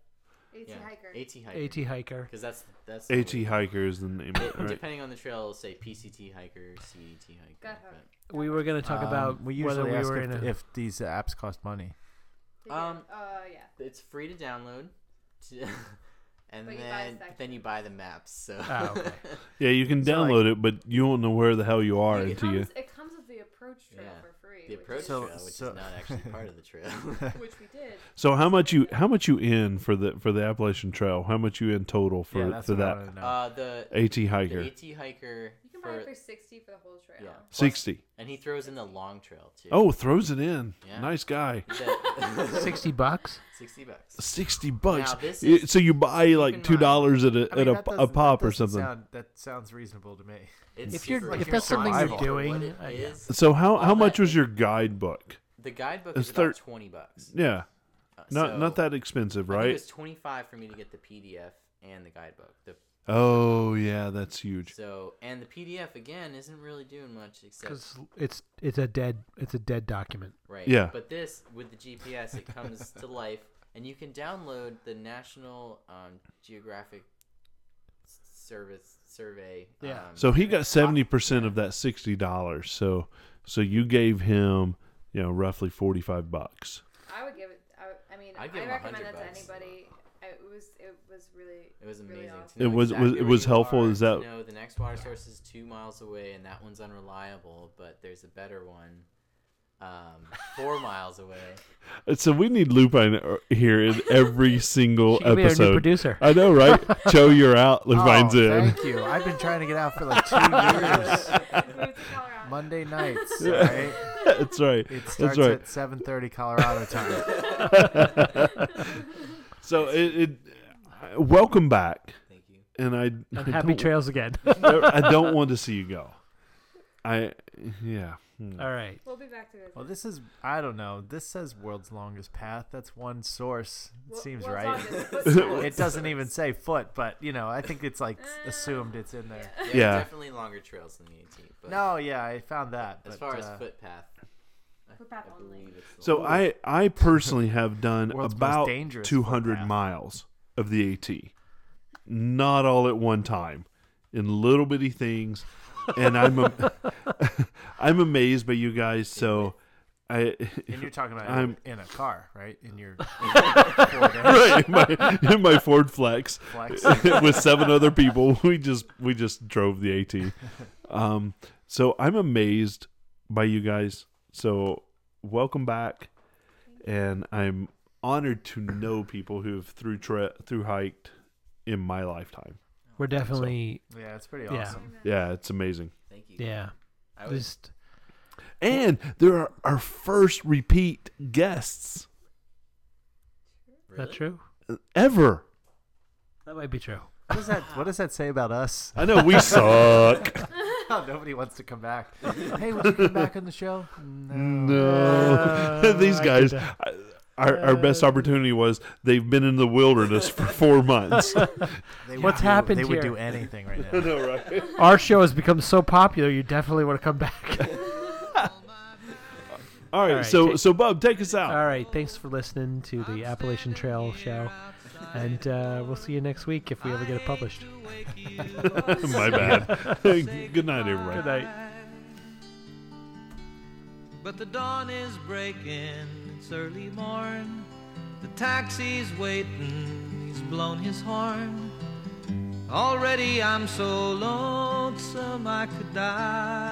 AT
yeah.
hiker.
AT
AT
hiker.
Hiker.
Because that's that's the
AT
way-
hiker is the name. of
it-
it, right?
Depending on the trail, it'll say PCT hiker, CET hiker.
Got her.
but-
We were going to talk
Um,
about
we
whether
usually
we
ask
were
if,
in a.
if these apps cost money.
They do.
Um,
uh, yeah.
It's free to download, to, and
But you buy a
then
section.
then you buy the maps. So
Oh, okay.
Yeah, you can
So, like-
download it, but you won't know where the hell you are
it,
until you.
comes, it comes with the approach trail
Yeah.
for free.
the
which
approach
is-
So-
trail, which
so-
is not actually part of the trail.
which we did.
So how much you how much you in for the for the Appalachian Trail? How much you in total for
yeah, that's
for
what I
that
wanted to know.
uh, the,
AT
the
hiker?
AT hiker
You can buy
for,
it for 60 for the whole trail.
yeah plus-
Sixty.
and he throws in the long trail too.
Oh, throws it in.
Yeah.
Nice guy.
Is that-
60 bucks?
sixty bucks.
Sixty bucks.
Now, this
You-
is-
so you buy like
in
two dollars at a
I mean,
at
that
a,
doesn't-
a
that
pop or
doesn't
something.
sound- that sounds reasonable to me.
It's
If you're-
super
if
cheap
that's
for
something you're
what it
doing, uh,
is.
I guess.
So how how
All
much
that-
was your guidebook?
the guidebook
It's
is about
thir-
twenty bucks.
Yeah,
Uh,
not
so
not that expensive,
I think it
right?
was twenty five for me to get the PDF and the guidebook. The
Oh yeah, that's huge.
so and the PDF again isn't really doing much except
Because it's it's a dead it's a dead document.
Right.
Yeah.
But this with the GPS, it comes to life, and you can download the National um, Geographic S- Service Survey.
Yeah.
Um,
So he got seventy percent of that sixty dollars. So so you gave him you know roughly forty five bucks.
I would give it. I, would- I mean, I,
I'd give him a
recommend that
hundred
to
bucks.
anybody. It was it was really
It was
really
amazing.
awesome.
to know
It was- was-
exactly
it
where
was
you
helpful,
are,
is
to
that-
know the next water source is two miles away, and that one's unreliable, but there's a better one, um, four miles away.
So we need Lupine here in every single
She could be our new
episode.
producer.
I know, right? Joe, you're out. Lupine's
oh,
in.
Thank you. I've been trying to get out for like two years.
Moved to Colorado.
Monday nights, right?
That's right.
It
That's
starts
right.
at 7:30 Colorado time.
So it, it I- welcome back,
Thank you.
and I I
And happy
don't-
trails again.
I don't want to see you go. I yeah. Hmm.
All right.
We'll be back to this.
Well, this is I don't know. This says world's longest path. That's one source. It
Well-
seems
well, it's
right.
August, but still.
It doesn't even say foot, but you know, I think it's like assumed it's in there.
Yeah,
Yeah.
Definitely longer trails than the 18. But
No, yeah, I found that.
As
but,
far as
uh,
footpath, I-
Footpath
I
only.
believe it's the
So
longest.
I I personally have done
World's most
about
dangerous
two hundred
footpath.
miles of the AT, not all at one time, in little bitty things, and I'm am- I'm amazed by you guys. So I
and you're talking about
I'm-
in a car, right? In your
right in my, in my Ford Flex
flex.
with seven other people, we just we just drove the AT. Um, so I'm amazed by you guys. So welcome back, and I'm honored to know people who have through tra- through hiked in my lifetime.
We're definitely
Yeah, it's pretty
Yeah.
awesome.
Yeah, it's amazing.
Thank you.
yeah.
I would,
Just
And there are our first repeat guests
is that
really?
true?
ever.
That might be true.
What does that What does that say about us?
I know we suck.
Nobody wants to come back. hey, would you come back on the show? No.
No,
Uh,
these
I
guys.
could,
Our, our best opportunity was they've been in the wilderness for four months.
They would
What's
do-
happened
They would
here?
do anything right now.
know, right?
Our show has become so popular, you definitely want to come back.
All right,
right,
so
take-
so Bub, take us out.
All right, thanks for listening to the Appalachian Trail show, and uh, we'll see you next week if we ever get it published.
My bad. Good night, everybody.
Good night.
But the dawn is breaking, it's early morn. The taxi's waiting, he's blown his horn. Already I'm so lonesome I could die.